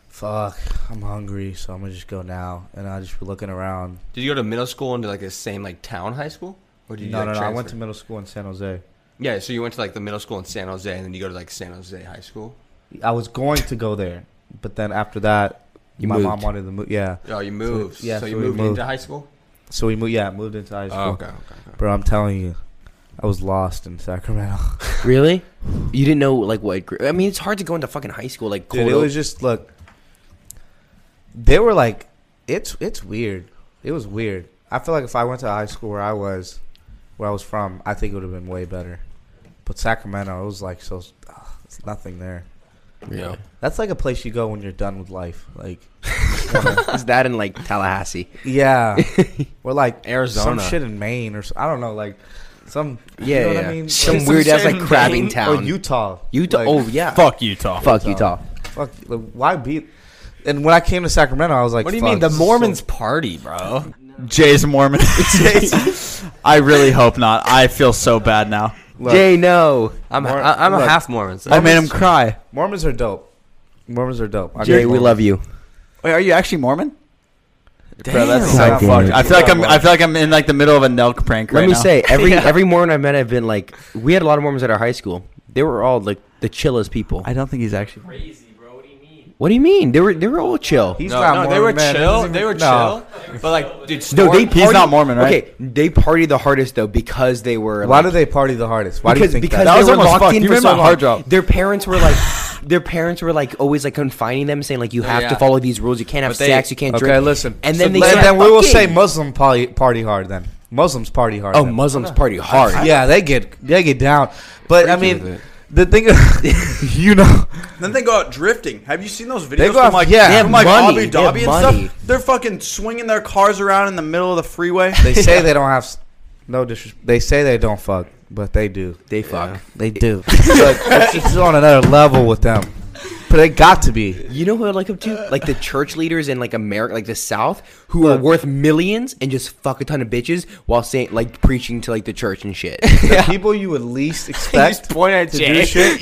"Fuck, I'm hungry, so I'm gonna just go now." And I'd just be looking around. Did you go to middle school into like the same like town high school? Or did you No, like, no, no. I transfer? went to middle school in San Jose. Yeah, so you went to like the middle school in San Jose, and then you go to like San Jose High School. I was going to go there, but then after that, You my moved. mom wanted to move. Yeah, Oh, you moved. yeah, so so you we moved, moved. into high school. so we moved. Yeah, moved into high school. Oh, okay, okay, okay. Bro, I'm telling you, I was lost in Sacramento. Really? You didn't know like what? gr- I mean, it's hard to go into fucking high school like Dude, cold. it was just look. They were like, it's it's weird. It was weird. I feel like if I went to high school where I was, where I was from, I think it would have been way better. But Sacramento, it was like so. ugh, It's nothing there. Yeah. That's like a place you go when you're done with life. Like, It's that in like Tallahassee? yeah, or like Arizona. some shit in Maine, or s- I don't know, like some. you Yeah, know yeah. what I mean? some Like, weird ass like shit in crabbing Maine. town. or Utah. Utah. Oh, Like, oh yeah. Fuck Utah. Fuck Utah. fuck, like, why be? And when I came to Sacramento, I was like, What do you fuck, mean the this is Mormons So, party, bro? Jay's Mormon. Jay's- I really hope not. I feel so bad now. Oh, Look. Jay, no. I'm Mor- I, I'm a look. half Mormon. So I made him cry. Mormons are dope. Mormons are dope. I Jay, mean, we Mormons. love you. Wait, are you actually Mormon? Bro, that's Damn. so fucked. God damn it. I feel like I'm. I feel like I'm in like the middle of a Nelk prank right Let me now. say, every every Mormon I met have been like, we had a lot of Mormons at our high school. They were all like the chillest people. I don't think he's actually. what do you mean? They were they were all chill. He's No, not no, Mormon, they were man. It chill. doesn't They were even- no. chill. But like, dude, No, they Storm- He's partied- not Mormon, right? Okay, they partied the hardest though because they were. Why like, do they party the hardest? Why because do you think because that? That they was were almost locked fucked. in You for remember so my hard long. drive? Their parents were like, their parents were like always like confining them, saying like, you have to yeah. follow these rules. You can't have But they- sex. You can't Okay, drink. listen. And then they Then, start then we will fucking. say Muslim party, party hard. Then Muslims party hard. Oh, then. Muslims party hard. Yeah, they get they get down. But I Freaky with mean, it. the thing, you know, Then they go out drifting. Have you seen those videos go out- from like yeah, they from have like money. Abu They have Dhabi and money. stuff? They're fucking swinging their cars around in the middle of the freeway. they say they don't have s- no disrespect. They say they don't fuck, but they do. They fuck. They do. Look, it's, it's on another level with them. But they got to be. You know who I like up to? Like the church leaders in like America, like the South, who are worth millions and just fuck a ton of bitches while saying like preaching to like the church and shit. The people you would least expect point at to Jay. do shit.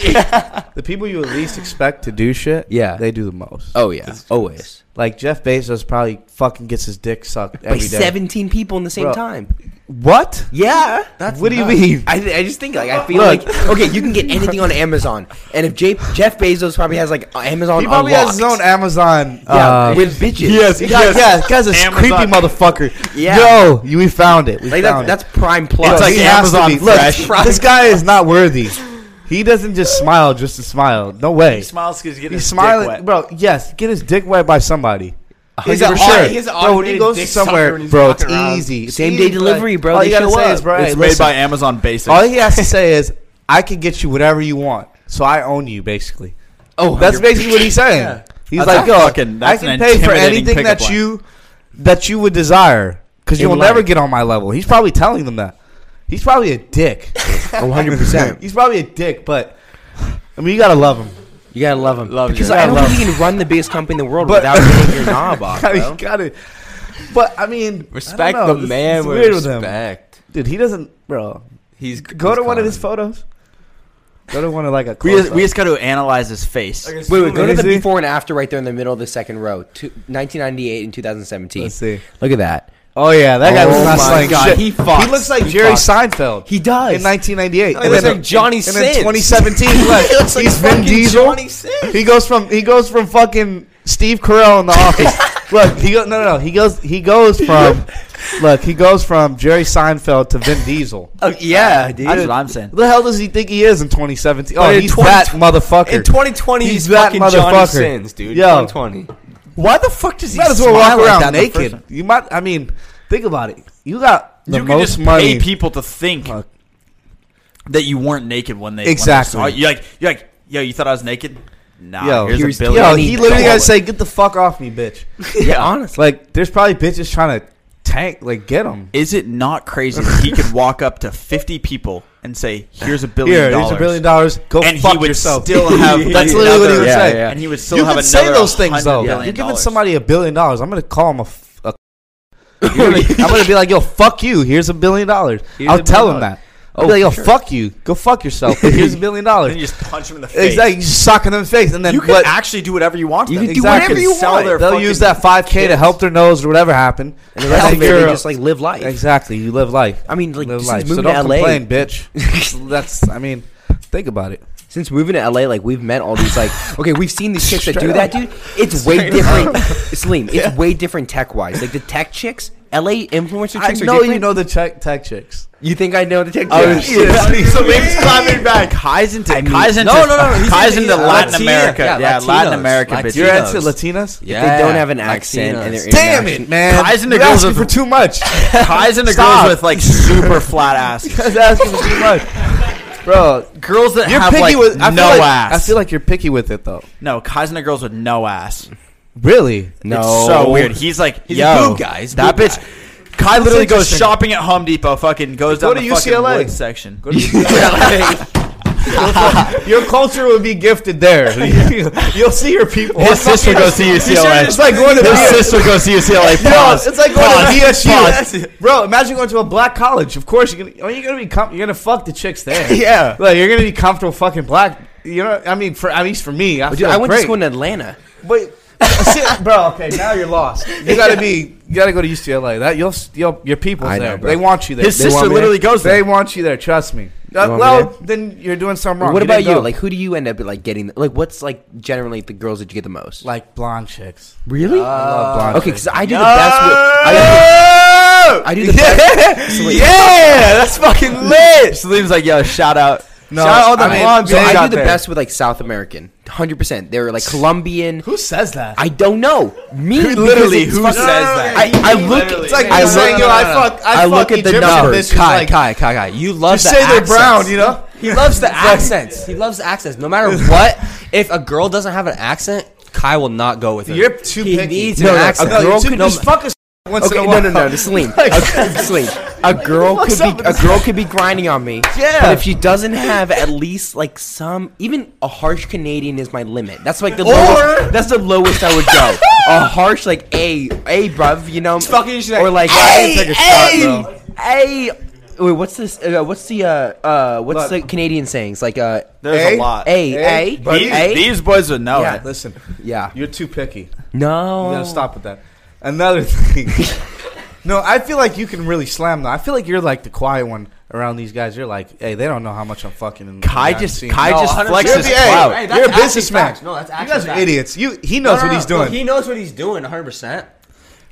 The people you would least expect to do shit. Yeah. they do the most. oh yeah, always. Like Jeff Bezos probably fucking gets his dick sucked every By day. seventeen people in the same Bro. time. What? Yeah. what do you mean? I, I just think like I feel Look. like okay, you can get anything on Amazon, and if Jay, Jeff Bezos probably has like Amazon, He probably has his own unlocked. Amazon. yeah, uh, with bitches. yes, he got, yeah, this guy's a Amazon. creepy motherfucker. Yeah. Yo, you- we found it. We like found that's, that's prime plus. it. It's Look, like he has to Amazon be- look, Fresh. this guy is not worthy. He doesn't just smile just to smile. No way. He smiles because he's getting He's his smiling, dick wet. bro. Yes, get his dick wet by somebody. He's hundred a percent. sure. He has an bro, when he automated goes dick somewhere, sucker and he's bro, it's walking around. easy. It's Same-day easy, delivery, bro. All They you gotta show say up. is, bro, It's hey, made listen, by Amazon Basics. all he has to say is, I can get you whatever you want, so I own you, basically. oh, That's basically what he's saying. He's That's like, a yo, fucking- I that's can an pay for intimidating anything pickup that line." you that you would desire, because In you'll never life. get on my level. He's probably telling them that. He's probably a dick. one hundred percent. He's probably a dick, but I mean, you gotta love him. You gotta love him. Love because you. I don't Love think you can run the biggest company in the world But- without getting your knob off. I mean, Bro. you gotta. But I mean, I Respect don't know. the It's- man it's with weird with him. respect. dude. He doesn't, bro. He's Go to one of his photos. Go to one of like a. we just, close-up. we just got to analyze his face. Wait, wait, go to the Crazy. before and after right there in the middle of the second row. Two, 1998 and 2017. Let's see. Look at that. Oh yeah, that guy Oh was my not slaying God, shit. he fucks. looks like He Jerry fucks. Seinfeld. He does. in 1998. he looks like Johnny and Sins. then 2017. look, he's Vin Diesel. He goes from he goes from fucking Steve Carell in the office. look, he goes no no no. He goes he goes from look he goes from Jerry Seinfeld to Vin Diesel. Oh, yeah, dude. That's what I'm saying. Who the hell does he think he is in 2017? Oh, But in he's 20 that motherfucker. In 2020, he's, He's that fucking Johnny motherfucker. Sins, dude. Yo. 2020. Why the fuck does he? might as well walk smile like around that in the naked. first- You might. I mean, think about it. You got the you can most just pay money. people to think Fuck. that you weren't naked when they when they Exactly. saw you. You're like you're like yo, you thought I was naked? Nah, Yo, here's, here's a billion. Yo, Billy. he literally gotta say, "Get the fuck off me, bitch." yeah, honestly. Like, there's probably bitches trying to tank, like, get him. Is it not crazy that he could walk up to 50 people and say, "Here's a billion Here, dollars," here's a billion dollars. Go and fuck he would yourself. still have That's literally what he another- would say. and he would still You have can another say those things 100 though. You're billion giving dollars. somebody a billion dollars. I'm gonna call him a. f- a- I'm gonna be like, "Yo, fuck you. Here's a billion dollars." Here's I'll a tell billion him dollars. that. I'll be like, "Yo, fuck you. Go fuck yourself. but Here's a billion Then dollars." you just punch him in the face. Exactly. You just sock him in the face, and then You can what? actually do whatever you want. to You them. can do whatever you sell want. Their They'll fucking- use that 5K to help their nose or whatever happened. And the rest Help of it, they your- just like live life. Exactly. You live life. I mean, like, live since life. moving So don't to LA. complain, bitch. That's. I mean, think about it. since moving to LA, like we've met all these like okay, we've seen these chicks that do that, dude. It's way different, Salim. It's way different tech wise. Like the tech chicks, LA influencer I chicks know are different. you know Oh, the tech, tech chicks. You think I know the tech chicks? Oh, Somebody's clapping back. Kaizen to Kaizen No, to, no, no, he's Kaizen into- to yeah, Latin Latina. America. Yeah, Yeah, Latinos. Latin America. Latinos. bitch. You're into Latinas? They don't have an accent Latinas. and they're Damn international. it, man! Kaizen You're goes asking with- for too much. Kaizen to girls Stop. with like super flat asses. That's asking for too much, bro. Girls that You're have picky like with I feel no like- ass. I feel like you're picky with it though. no, Kaizen to girls with no ass. Really? No. It's so weird. He's like, He's a Oh. yo, boob guy. He's a that boob bitch. Kai literally goes interesting. shopping at Home Depot. Fucking goes Go down to the fucking UCLA. wood section. Your culture will be gifted there. You'll see your people. His sister goes to UCLA. It's like going to His BSU. sister goes to UCLA. Yo, Pause. it's like going Pause. to Pause. BSU. Bro, imagine going to a black college. Of course, you're gonna, oh, you're gonna be com- you're gonna fuck the chicks there. Yeah. like you're gonna be comfortable fucking black. You know, I mean, for at least for me, I, Dude, feel I went great. to school in Atlanta. But see, bro, okay, now you're lost. You gotta be, you gotta go to UCLA. That you'll, you'll your people's I know, there. bro. they want you there. His They sister want me literally there. goes They there. want you there. Trust me. Uh, want me well, then you're doing something wrong. What didn't about you? go. Like, who do you end up like getting? Like, what's like generally the girls that you get the most? like uh, blonde chicks. really? I love blonde okay, chicks. because I do the best with. I, Oh! I do the best. Salim. Yeah, that's fucking lit. Salim's like, yo, shout out. No, shout out all the I mean, blonde So bitches I out do the there. best with like South American, hundred percent. They're like Colombian. Who says that? I don't know. Me Who- Literally, because who it's says fucking- that? I, I look. It's like I you're look- saying, no, yo, no, I no, no. fuck, I, I fuck look at the Egyptian number. bitches, Kai, like, Kai, Kai, Kai. You love Just the say accents. they're brown, you know. He loves the accents. He loves the accents. No matter what, if a girl doesn't have an accent, Kai will not go with her. You're too he picky. needs No, an no, a accent. girl No, you could- two- no, just fuck us once Okay, in a no, while. no, no, just Celine. A, Celine. A girl could What's be up with a girl could be grinding on me. Yeah. But if she doesn't have at least like some, even a harsh Canadian is my limit. That's like the lowest. That's the lowest I would go. a harsh like a a bruv, you know. fucking- she's like, or like "Hey, a hey, a. Wait, what's this? Uh, what's the uh uh what's the Canadian sayings like uh There's a Eh? lot. a a Hey, buddy. a? These, these boys would know Yeah. it. Listen, yeah you're too picky. no You gotta stop with that. Another thing. no, I feel like you can really slam them. I feel like you're like the quiet one around these guys. You're like, hey, they don't know how much I'm fucking. in- Kai behind the just- scenes." Kai Oh, No, just 100%. flexes his Hey, clout. hey, That's you're a actually businessman. facts. No, that's You guys actually are facts. idiots. You he knows No, no, what he's no. doing. He knows what he's doing, 100. percent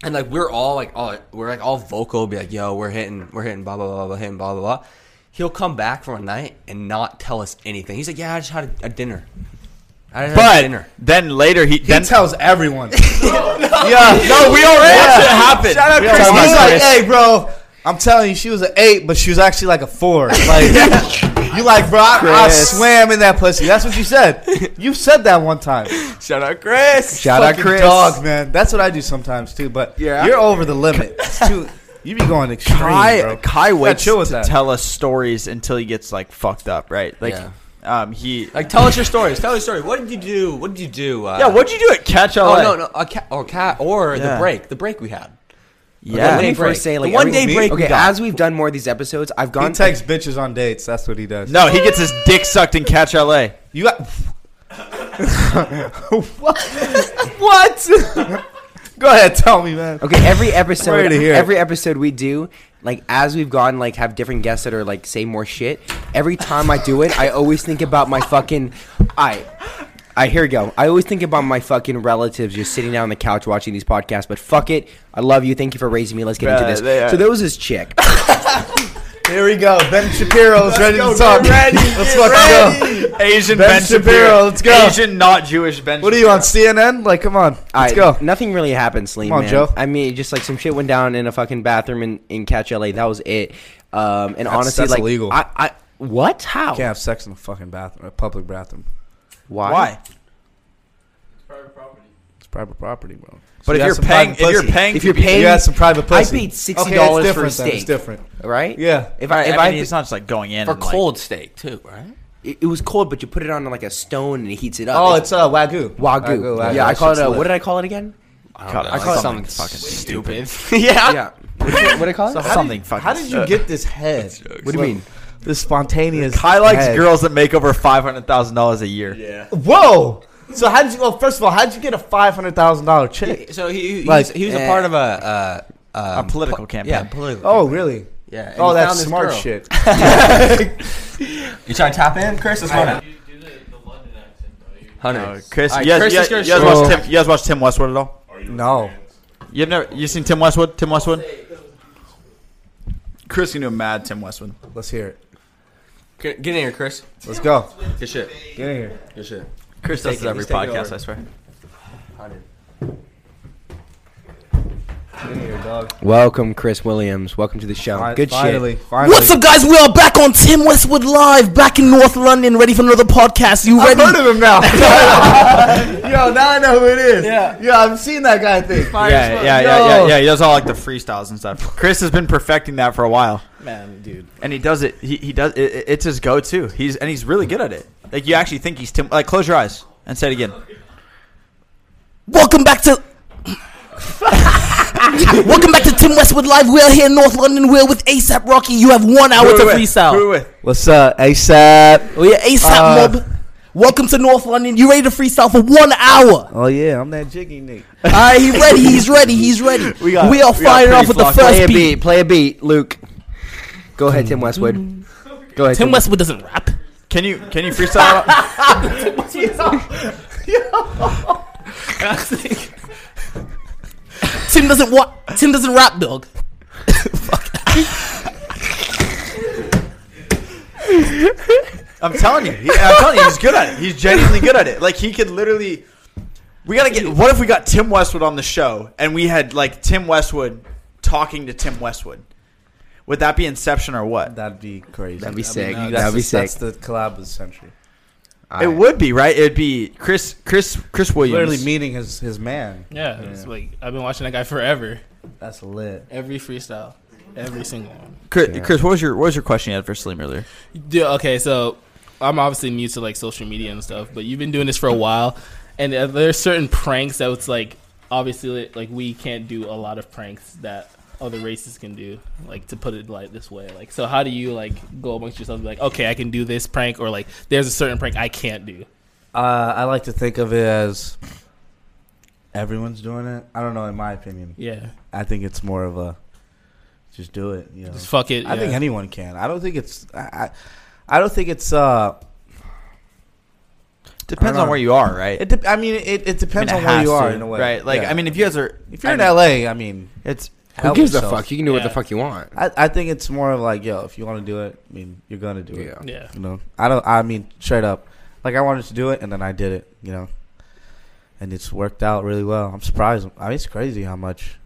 And like we're all like, all we're like all vocal, be like, yo, we're hitting, we're hitting, blah blah blah, blah hitting, blah blah blah. He'll come back from a night and not tell us anything. He's like, yeah, I just had a, a dinner. I just had a But dinner. then later he, he then tells everyone. yeah no we already watched it happen. Shout out He's like, hey, bro. I'm telling you, she was an eight, but she was actually like a four. Like, you like, bro, I, I Chris. swam in that pussy. That's what you said. You said that one time. Shout out Chris. Shout out Fucking Chris. dog, man. That's what I do sometimes too. But Yeah. you're over the limit. It's too, you be going extreme, Kai bro. Kai You gotta waits chill with to that. tell us stories until he gets like fucked up, right? Like, Yeah. um, he Like, tell us your stories. Tell us your story. What did you do? What did you do? Uh, yeah. What'd you do at Catch LA? Oh no, no, a cat or cat or Yeah. the break, the break we had. Yeah, Let me One-day break. first say like The one-day every- break we Okay, got. as we've done more of these episodes, I've He gone. takes bitches on dates. That's what he does. no. He gets his dick sucked in Catch LA. You got what? go ahead. Tell me, man. Okay, every Sorry episode, to hear it. every episode we do, like as we've gone, like have different guests that are like say more shit. Every time I do it, I always think about my fucking. I, I here we go. I always think about my fucking relatives just sitting down on the couch watching these podcasts. But fuck it, I love you. Thank you for raising me. Let's get into Bruh, this. they are- So there was this chick. Here we go. Ben Shapiro's ready to talk. Let's fucking go. Asian Ben Shapiro, let's go. Asian, not Jewish Ben. What are you on CNN? Like, come on, let's I- go. Nothing really happened, Sleem. Come on, man. Joe. I mean, just like some shit went down in a fucking bathroom in in Catch LA. That was it. Um, and honestly, that's like illegal. I, I what? How? Can't have sex in a fucking bathroom, a public bathroom. Why? It's private property, bro. But if you you're have some paying, if private you're pussy. paying, If you're to be- paying- you had some private I pussy. paid $60 Okay, it's for a different then, It's steak. different. Right? Yeah. If I if I I, mean, it's not just like going in For and, like- cold steak too, right? it, it was cold, but you put it on like a stone and it heats it up. Oh, it's uh, wagyu. wagyu. yeah, I That call it. shit's A, lit. what did I call it again? God, I call it something something fucking fucking stupid. yeah. Yeah. what did I call it? something fucking. How did you stupid. get this head? what do you mean? This spontaneous. Kai likes head. girls that make over five hundred thousand dollars a year. Yeah. Whoa! So how did you? Well, first of all, how did you get a five hundred thousand dollar check? So he he, Like, was, he was eh. a part of a uh, um, political campaign. Yeah, political. Oh, really? Yeah, and Oh, he that's found this smart girl. shit. You trying to tap in, Chris? Let's go now. Hunter. Chris, All right, you, guys, Chris you, guys, is gonna you guys show watch us- Tim, you guys watch Tim Westwood at all? No. You've never you seen Tim Westwood? Tim Westwood. Chris can do a mad Tim Westwood. Let's hear it. Get, get in here, Chris. Let's go. Good shit. Get in here. Good shit. Chris does does Take it it, it every every just take it podcast, podcast, over. I swear. Hunter. Get in here, dog. Welcome, Chris Williams. Welcome to the show. Good finally, shit. Finally. What's up, guys? We are back on Tim Westwood Live, back in North London, ready for another podcast. You ready? Heard of him now. Yo, now I know who it is. Yeah. Yeah, I've seen that guy thing. Yeah, yeah, yeah, yeah, yeah. He does all like the freestyles and stuff. Chris has been perfecting that for a while, Man, dude. and he does it. He, he does it, it- It's his go-to. He's and he's really good at it. Like you actually think he's Tim. Like close your eyes and say it again. Welcome back to. Welcome back to Tim Westwood Live. We are here in North London. We're with ASAP Rocky. You have one hour to Who we with? freestyle. Who we with? What's up, ASAP? Oh yeah, ASAP Uh, Mob. Welcome to North London. You ready to freestyle for one hour? Oh yeah, I'm that jiggy Nick. All right, he ready. He's ready. He's ready. We, got- are we got firing off with the pretty Play first a beat. beat. Play a beat, Luke. Go ahead, Tim Westwood. Go ahead, Tim Westwood doesn't rap. Can you can you freestyle? Tim doesn't wa- Tim doesn't rap, dog. I'm telling you, he- I'm telling you, he's good at it. He's genuinely good at it. Like he could literally. We gotta get. What if we got Tim Westwood on the show and we had like Tim Westwood talking to Tim Westwood? Would that be Inception or what? That'd be crazy. That'd be I mean, sick. that's That'd be the- sick. That's the collab of the century. All It right. would be right. It'd be Chris, Chris, Chris Williams. Literally meeting his his man. Yeah, it's like I've been watching that guy forever. That's lit. Every freestyle, every single one. Chris, Chris, what was your what was your question you had for Slim earlier? Yeah, okay, so I'm obviously new to like social media and stuff, but you've been doing this for a while, and uh, there's certain pranks that it's like obviously like we can't do a lot of pranks that other races can do, like to put it like this way. Like, so how do you like go amongst yourselves and be like, okay, I can do this prank, or like there's a certain prank I can't do. Uh, I like to think of it as everyone's doing it. I don't know. In my opinion, Yeah, I think it's more of a just do it. You know, just fuck it. I think anyone can. I don't think it's. I, I, I don't think it's. Uh, Depends know. on where you are, right? it. De- I mean, it, it I mean, depends it on where has you are to, in a way, right? Like, Yeah. I mean, if you guys are, if you're I in mean, LA, I mean, it's Who help gives a yourself. fuck? You can do what the Yeah. fuck you want. I, I think it's more of like, yo, if you want to do it, I mean, you're gonna do it. Yeah. yeah. You know, I don't. I mean, straight up, like I wanted to do it, and then I did it. You know, and it's worked out really well. I'm surprised. I mean, it's crazy how much,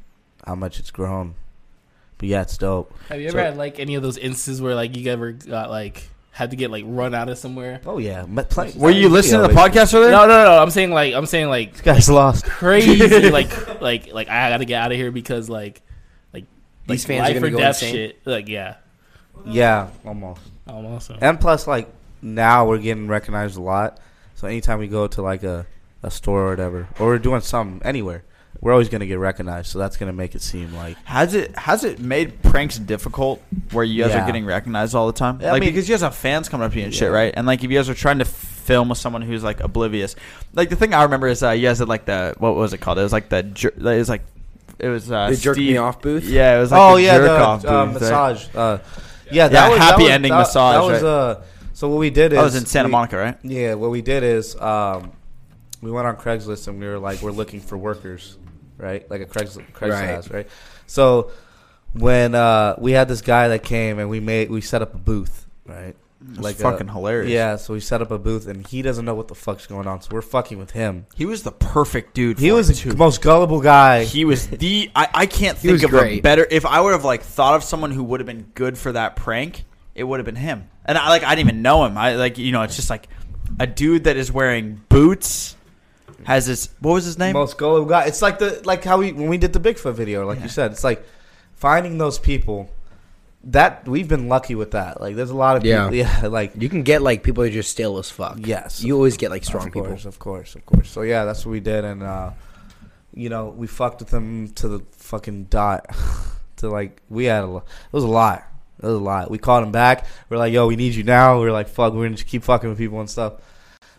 how much it's grown. But yeah, it's dope. Have you ever So- had like any of those instances where like you ever got like had to get like run out of somewhere? Oh yeah, Met play. Were you listening to the podcast earlier? No, no, no. I'm saying like I'm saying like Guys lost. crazy like like like I gotta get out of here because like like These like, fans are life gonna or go death insane. shit. Like yeah, Oh, Yeah, almost. I'm also And plus, like now we're getting recognized a lot. So anytime we go to like a, a store or whatever, or we're doing something anywhere, we're always gonna get recognized. So that's gonna make it seem like Has it has it made pranks difficult where you guys Yeah. are getting recognized all the time? Yeah, I like mean- because you guys have fans coming up to you and shit, right? And like if you guys are trying to film with someone who's like oblivious, like the thing I remember is uh, you guys had like the what was it called? It was like the jer- it was like it was uh, The jerk me Steve- off booth? Yeah, it was like oh the yeah, jerk the off uh, booth, right? massage. Uh, yeah, that Yeah, was, happy that was, ending that, massage, That was right? uh, so what we did is That was in Santa we- Monica, right? Yeah, what we did is um, we went on Craigslist and we were like, we're looking for workers, right? Like a Craigslist, Craigslist Right. ads, right? So when uh, we had this guy that came and we made we set up a booth, right? Like a- fucking hilarious. Yeah, so we set up a booth and he doesn't know what the fuck's going on, so we're fucking with him. he was the perfect dude. He for was it, the most gullible guy. He was the I, I can't think was of a great. better if I would have like thought of someone who would have been good for that prank, it would have been him. And I like I didn't even know him. I like you know, it's just like a dude that is wearing boots has this what was his name? most gullible guy. It's like the like how we when we did the Bigfoot video, like you said, it's like finding those people. That we've been lucky with that. Like there's a lot of Yeah. people, yeah, like You can get like people that are just still as fuck. Yes. You always get like strong of course, people. of course, of course. So yeah, that's what we did, and uh, you know we fucked with them to the fucking dot. to like we had a, lo- it was a lot. It was a lot. We called him back. We're like, yo, we need you now. We're like, fuck, we're gonna just keep fucking with people and stuff.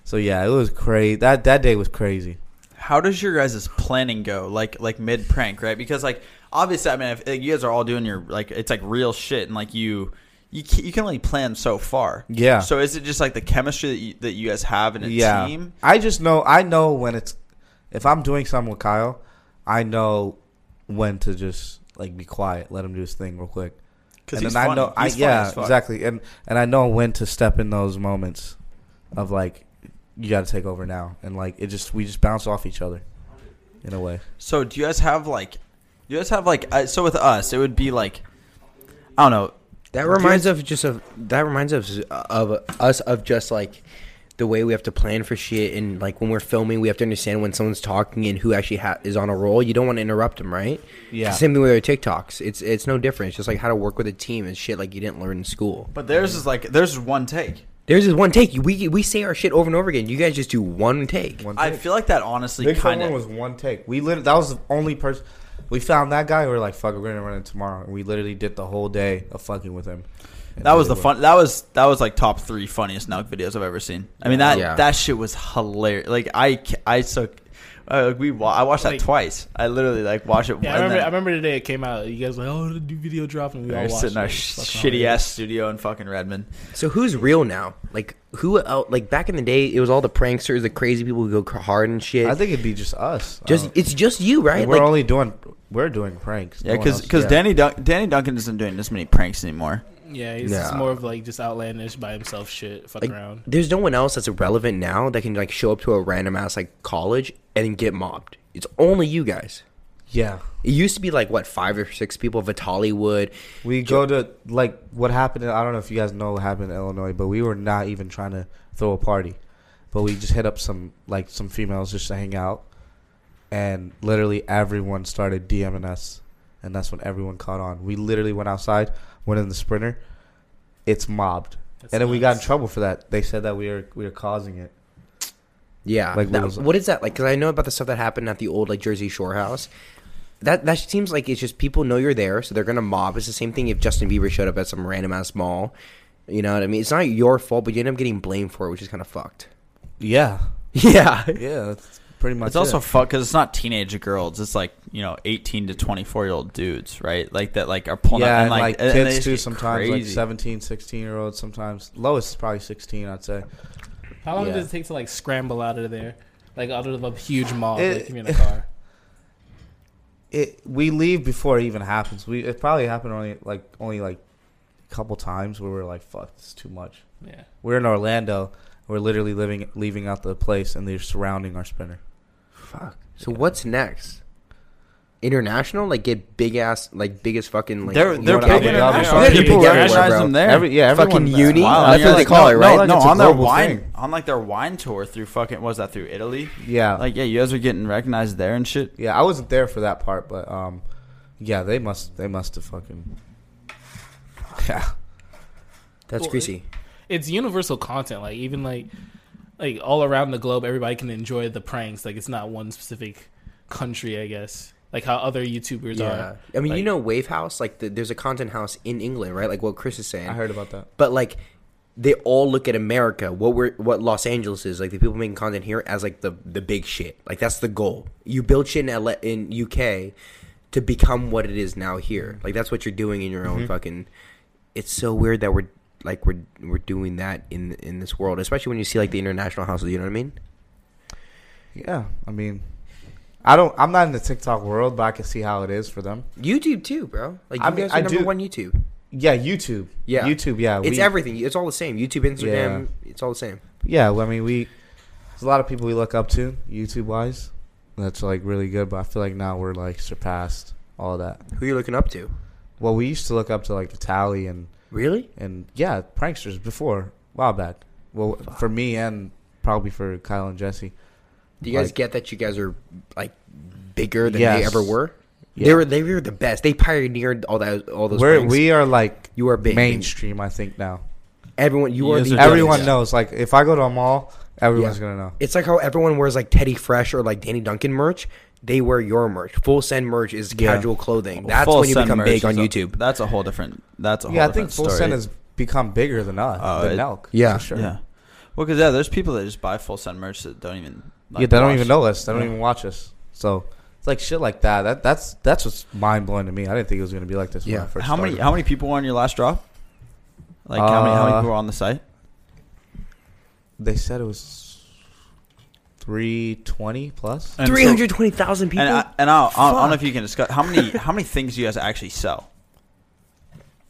So yeah, it was crazy. That that day was crazy. How does your guys' planning go? Like like mid prank, right? Because like obviously, I mean, if, like, you guys are all doing your like it's like real shit, and like you you can, you can only plan so far. Yeah. So is it just like the chemistry that you, that you guys have in a yeah. team? I just know I know when it's if I'm doing something with Kyle, I know when to just like be quiet, let him do his thing real quick. 'Cause and he's then I funny. know I He's funny yeah, as fuck. exactly. And and I know when to step in those moments of like you got to take over now and like it just we just bounce off each other in a way. So do you guys have like, do you guys have like, uh, so with us it would be like, I don't know. That reminds of just of that reminds us of us of just like the way we have to plan for shit and like when we're filming we have to understand when someone's talking and who actually ha- is on a roll. You don't want to interrupt them, right? Yeah. It's the same thing with our TikToks. It's it's no different. It's just like how to work with a team and shit like you didn't learn in school. But theirs is like theirs is one take. There's this one take. We we say our shit over and over again. You guys just do one take. One I take. feel like that honestly Big kind Fat of One was one take. We literally that was the only person we found that guy. We were like, "Fuck, we're gonna run it tomorrow," and we literally did the whole day of fucking with him. And That was really the fun. That was that was like top three funniest Nelk videos I've ever seen. I mean that Yeah. that shit was hilarious. Like I ca- I so uh, we wa- I watched that Like- twice. I literally like watched it. Yeah, I and remember. then I remember the day it came out. You guys were like, "Oh, the new video dropped," and we we all were watched sitting in it. our It was sh- fucking shitty hilarious. ass studio in fucking Redmond. So who's real now? Like who? Out, like back in the day, it was all the pranksters, the crazy people who go cr- hard and shit. I think it'd be just us. I just don't- it's just you, right? we're Like, only doing we're doing pranks. Yeah, No one because else- yeah. Danny Dun- Danny Duncan isn't doing this many pranks anymore. Yeah, it's just Nah. more of like just outlandish by himself shit, fuck like, around. there's no one else that's relevant now that can like show up to a random ass like college and get mobbed. It's only you guys. yeah. It used to be like what five or six people. Vitali would. We go to like what happened. In, I don't know if you guys know what happened in Illinois, but we were not even trying to throw a party, but we just hit up some like some females just to hang out, and literally everyone started DMing us, and that's when everyone caught on. We literally went outside, went in the sprinter, it's mobbed, That's and then we got in nuts. trouble for that. They said that we were we were causing it. Yeah. Like, That- what was- what is that like? Because I know about the stuff that happened at the old like Jersey Shore house. That that seems like it's just people know you're there, so they're gonna mob. It's the same thing if Justin Bieber showed up at some random ass mall. You know what I mean? It's not your fault, but you end up getting blamed for it, which is kind of fucked. Yeah, Yeah. yeah, that's pretty much. It's also fuck because it's not teenage girls. It's like you know eighteen to twenty four year old dudes, right? Like that like are pulling yeah, up and like, and they kids just too. get Sometimes like crazy. 17, 16 year olds. Sometimes lowest is probably sixteen. I'd say. How long yeah. does it take to like scramble out of there, like out of a huge mall, It- like, if you're in a car? it we leave before it even happens. We it probably happened only like only like a couple times where we're like, fuck, this is too much. Yeah, We're in Orlando. We're literally living leaving out the place, and they're surrounding our spinner. Fuck. So what's next? International, like get big ass, like biggest fucking like. They're- you they're want big out there. international. They're People big recognize everywhere, bro. them there. Every, yeah, everyone, Fucking uni? Wow, That's yeah, what they like, call it, no, right? No, Like, it's a on their global wine, thing. on like their wine tour through fucking what was that through Italy? Yeah, Like yeah, you guys are getting recognized there and shit. yeah. I wasn't there for that part, but um, yeah, they must they must have fucking yeah. That's Well, greasy. it's universal content. Like even like like all around the globe, everybody can enjoy the pranks. Like it's not one specific country, I guess. Like how other YouTubers Yeah. are. I mean, you Like- know, Wave House, like the, there's a content house in England, right? Like what Chris is saying. I heard about that. but like they all look at America, what we're what Los Angeles is, like the people making content here as like the the big shit. Like that's the goal. You build shit in LA, in UK to become what it is now here. Like that's what you're doing in your own fucking. It's so weird that we're like we're we're doing that in in this world, especially when you see like the international houses. You know what I mean? Yeah, I mean, I don't. I'm not in the TikTok world, but I can see how it is for them. YouTube too, bro. Like you I mean, guys are I number do- one YouTube. Yeah, YouTube. Yeah. YouTube. Yeah, It's we- everything. It's all the same. YouTube, Instagram. It's all the same. Yeah, well, I mean, we there's a lot of people we look up to YouTube wise. That's like really good, but I feel like now we're like surpassed all that. Who you looking up to? Well, we used to look up to like Vitaly and Really? and yeah, pranksters before a while back. Well, for me and probably for Kyle and Jesse. Do you guys Like- get that you guys are like bigger than they Yes. ever were? They Yeah. were they were the best. They pioneered all that all those. We're things. we are like You are big. mainstream, I think now. everyone you are guys the are Everyone biggest. knows. Like if I go to a mall, everyone's Yeah. gonna know. It's like how everyone wears like Teddy Fresh or like Danny Duncan merch. They wear your merch. Full send merch is Yeah. Oh, casual clothing. That's Full when you Send become merch big on is a- YouTube. that's a whole different. That's a whole Yeah, I different think Full story. Send has become bigger than us, Oh, than it- Elk. Uh, yeah. for sure. Yeah. Well, because yeah, there's people that just buy full sun merch that don't even. like, yeah, they don't watch. even know us. They don't Yeah. even watch us. So it's like shit like that. That that's that's what's mind blowing to me. I didn't think it was gonna be like this. When Yeah. I first How many? started. How many people were on your last drop? Like how many how many Uh, people were on the site? They said it was 320 plus. And so- Three hundred twenty thousand people. And I, and I'll, I'll, I don't know if you can discuss how many how many things do you guys actually sell.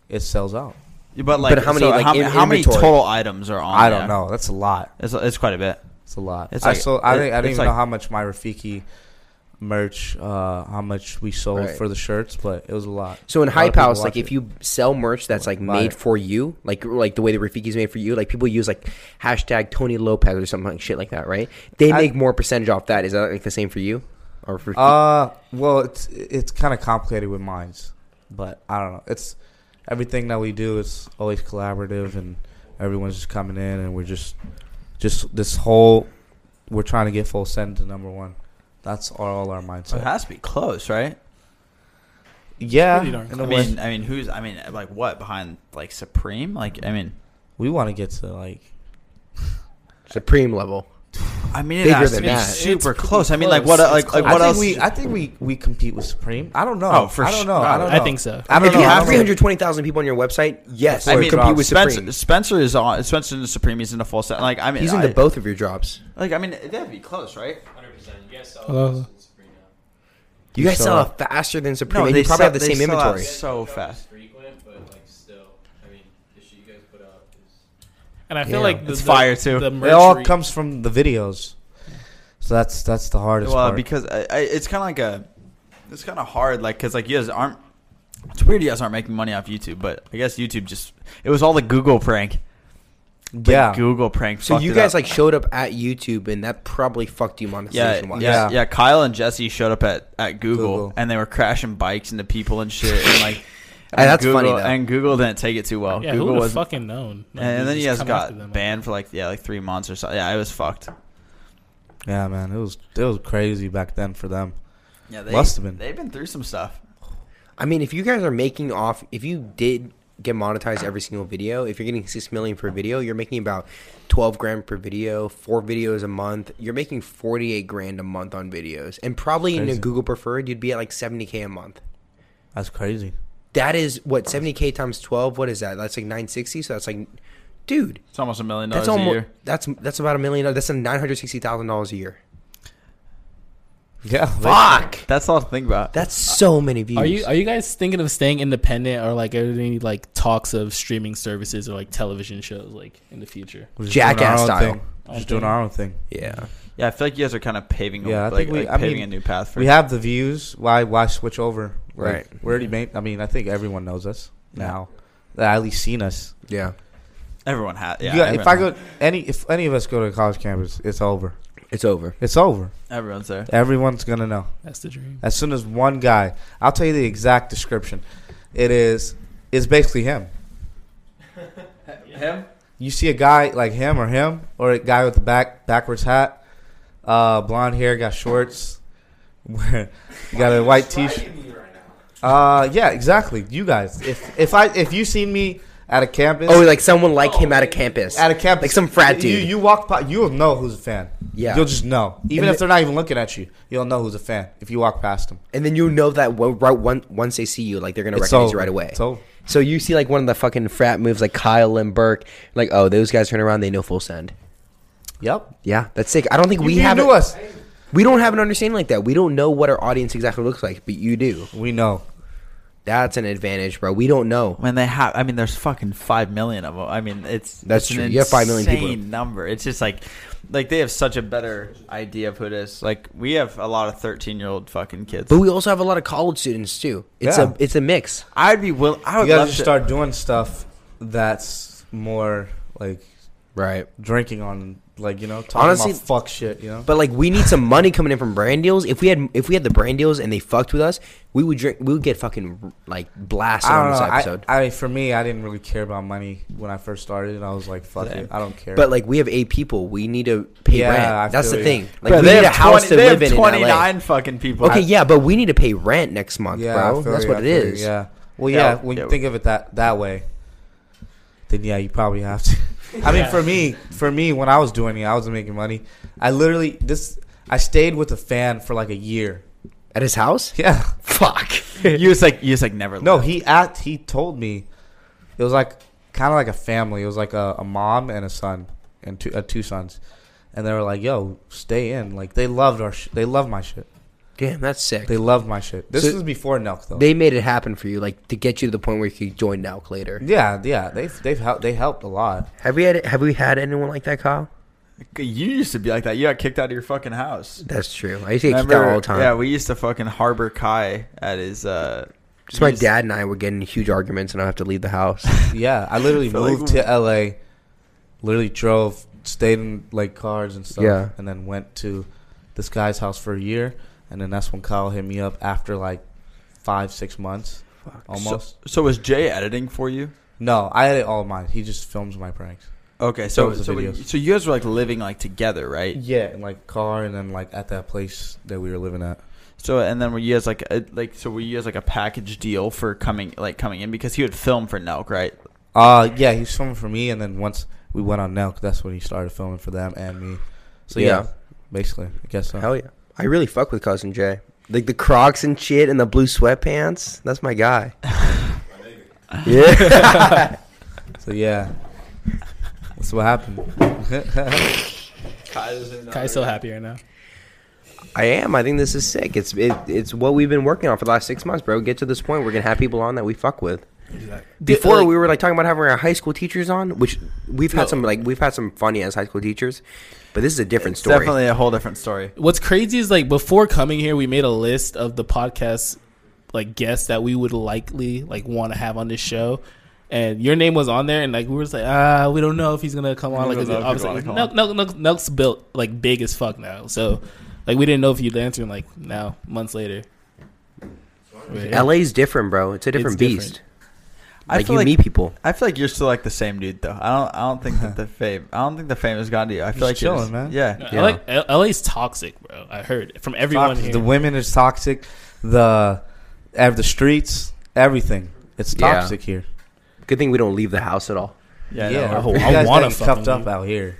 It sells out. But like, But how many, so like, how, in- how many inventory? total items are on? I don't there? know. That's a lot. It's, it's quite a bit. It's a lot. It's I like- sold. I, it- didn't, I didn't it's even like- know how much my Rafiki merch, uh, how much we sold Right. for the shirts, but it was a lot. so in A lot of Hype people House, watch like if it. you sell merch that's like Buy made it. for you, like like the way the Rafiki's made for you, like people use like hashtag Tony Lopez or something like shit like that, right? They I- make more percentage off that. Is that like the same for you? Or for Uh, well, it's it's kind of complicated with mines, but I don't know. It's everything that we do is always collaborative, and everyone's just coming in, and we're just just this whole we're trying to get full send to number one. That's our, all our So it mindset. has to be close, right? Yeah, Pretty darn in a I way. mean, I mean, who's? I mean, like what behind like Supreme? Like, I mean, we want to get to like Supreme level. I mean, it Bigger has to than be that. super It's close. I mean, like close. what? Like, It's like close. what I else? think we I think we we compete with Supreme. I don't know. Oh, for I don't sure. know. I don't I know. think so. I don't If know. you I have don't know. three hundred twenty thousand people on your website, yes, I you mean, compete with Spencer, Supreme. Spencer is on. Spencer and Supreme. He's in the full set. Like, I mean, He's into I- both of your drops. Like, I mean, that'd be close, right? Hello. You guys sell sell out faster than Supreme. and you probably have the same inventory. So fast. And I feel Yeah. like the, It's the- fire, too. The It merch It all re- comes from the videos. So that's that's the hardest Well, part. because I, I, it's kind of like a, it's kind of hard, like because like you guys aren't. It's weird you guys aren't making money off YouTube, but I guess YouTube just it was all the Google prank. Like, yeah. Google prank. So fucked you it guys up. like showed up at YouTube, and that probably fucked you Yeah, monetization wise. yeah, Yeah. yeah. Kyle and Jesse showed up at, at Google, Google. and they were crashing bikes into people and shit, and like, Hey, that's Google, funny, though. And Google didn't take it too well. Yeah, Google who would have was, fucking known? Like, and, they then you just guys come after them. got banned for like yeah, like three months or so. Yeah, it was fucked. Yeah, man, it was it was crazy back then for them. Yeah, they- Must've been. They've been through some stuff. I mean, if you guys are making off, if you did get monetized every single video, if you're getting six million per video, you're making about twelve grand per video, four videos a month. You're making forty eight grand a month on videos, and probably in a Crazy. Google preferred, you'd be at like seventy k a month. That's crazy. That is what seventy k times twelve. What is that? That's like nine sixty. So that's like, dude, It's almost a million dollars that's a almost year. that's that's about a million. That's nine hundred sixty thousand dollars a year. Yeah. Fuck. That's all to think about. That's so many views. Are you are you guys thinking of staying independent or like are there any like talks of streaming services or like television shows like in the future? We're just Jackass doing our own style. Thing. We're just doing our own thing. yeah. Yeah, I feel like you guys are kind of paving. Yeah, Yeah, I like, think we- like I paving mean, a new path for. We have the views. Why why switch over? Like, Right. We're already made. I mean, I think everyone knows us now. They at least seen us. Yeah. everyone has. Yeah, You got- if I everyone- go any if any of us go to college campus, it's over. It's over. It's over. everyone's there. Everyone's gonna know. That's the dream. As soon as one guy, I'll tell you the exact description. It is it's basically him. Him? You see a guy like him or him or a guy with the back backwards hat, uh, blonde hair, got shorts, got a white t-shirt. Uh, yeah, exactly. You guys, if if I if you seen me at a campus, Oh, like someone like him out of campus. at a campus, like some frat you, dude. you walk by, you'll know who's a fan. Yeah. you'll just know. Even And if the- they're not even looking at you, you'll know who's a fan if you walk past them. and then you know that wo- right one, once they see you, like they're gonna It's recognize over. you right away. It's over. So you see like one of the fucking frat moves, like Kyle and Burke. Like, oh, those guys turn around, they know full send. Yep, Yeah, that's sick. I don't think we you have knew it- us. We don't have an understanding like that. We don't know what our audience exactly looks like, but you do. We know. That's an advantage, bro. We don't know. When they have, I mean, there's fucking five million of them. I mean, it's That's it's true. You have 5 million people. insane Number. It's just like, like they have such a better idea of who it is. Like we have a lot of thirteen year old fucking kids. But we also have a lot of college students too. It's Yeah. a it's a mix. I'd be will. I would you gotta love just to start doing stuff that's more like Right. drinking on, like you know, talking Honestly- about fuck shit. You know, But like we need some money coming in from brand deals. If we had if we had the brand deals and they fucked with us, we would drink. We would get fucking like blasted I on don't this know. episode. I, I for me, I didn't really care about money when I first started, and I was like, fuck it, I don't care. but like we have eight people, we need to pay Yeah, I rent. That's the feel you. thing. Like Bro, we they need a have house 20 to they have live in. in LA. Twenty nine fucking people. Okay, yeah, but we need to pay rent next month, I bro. feel That's you, what I it feel you, is. Yeah. Well, Yeah, yeah. When yeah. you think of it that that way, then yeah, you probably have to. I mean, for me, for me, when I was doing it, I wasn't making money. I literally this. I stayed with a fan for like a year. At his house, Yeah. fuck. you was like, you was like never. No, left. he act. He told me it was like kind of like a family. It was like a, a mom and a son and two uh, two sons, and they were like, "Yo, stay in." Like they loved our sh- they loved my shit. Damn, that's sick. They They, loved my shit. This So- was before Nelk though. made it happen for you, like to get you to the point where you could join Nelk later. yeah, yeah. They they've helped. They helped a lot. Have we had Have we had anyone like that, Kyle? You used to be like that. You got kicked out of your fucking house. That's true. I used to get kicked out all the time. Yeah, we used to fucking harbor Kai at his. uh Just my used- dad and I would get in huge arguments, and I would have to leave the house. Yeah, I literally feel like- moved to LA. Literally drove, stayed in like cars and stuff, Yeah. and then went to this guy's house for a year, and then that's when Kyle hit me up after like five six months, almost. So was Jay editing for you? no, I edit all mine. He just films my pranks. Okay, That so was the so, when- videos. so you guys were like living like together, right? Yeah, in like car, and then like at that place that we were living at. So and then were you guys like a, like so were you guys like a package deal for coming like coming in because he would film for Nelk, right? Uh yeah, he was filming for me, and then once we went on Nelk, that's when he started filming for them and me. So yeah, Yeah. basically, I guess so. Hell yeah! I really fuck with cousin Jay. Like the Crocs and shit, and the blue sweatpants. That's my guy. yeah. So yeah, that's what happened. Kai's so happy right now. I am. I think this is sick. It's it, it's what we've been working on for the last six months, bro. Get to this point, we're gonna have people on that we fuck with. Before we were like talking about having our high school teachers on, which we've had some like we've had some funny ass high school teachers, but this is a different story. Definitely a whole different story. What's crazy is like before coming here, we made a list of the podcast like guests that we would likely like want to have on this show, and your name was on there, and like we were just like, ah, we don't know if he's gonna come on. We Like, don't is know it if he'd obviously, wanna come Nelk, Nelk, Nelk, Nelk's built like big as fuck now, so like we didn't know if you'd answer. And, like now, months later, We're here. LA's different, bro. It's a different different. beast. I like feel you like meet people. I feel like you're still like the same dude though. I don't I don't think that the fame I don't think the fame has gone to you. I feel like Just you're just- chilling, man. Yeah. No, Yeah. LA, L- LA's toxic, bro. I heard from everyone Toxic. here. The women is toxic. The ev- the streets, everything. It's Yeah. toxic here. Good thing we don't leave the house at all. Yeah. yeah, no, I hope- You I guys wanna getting fucking cuffed up leave. out here.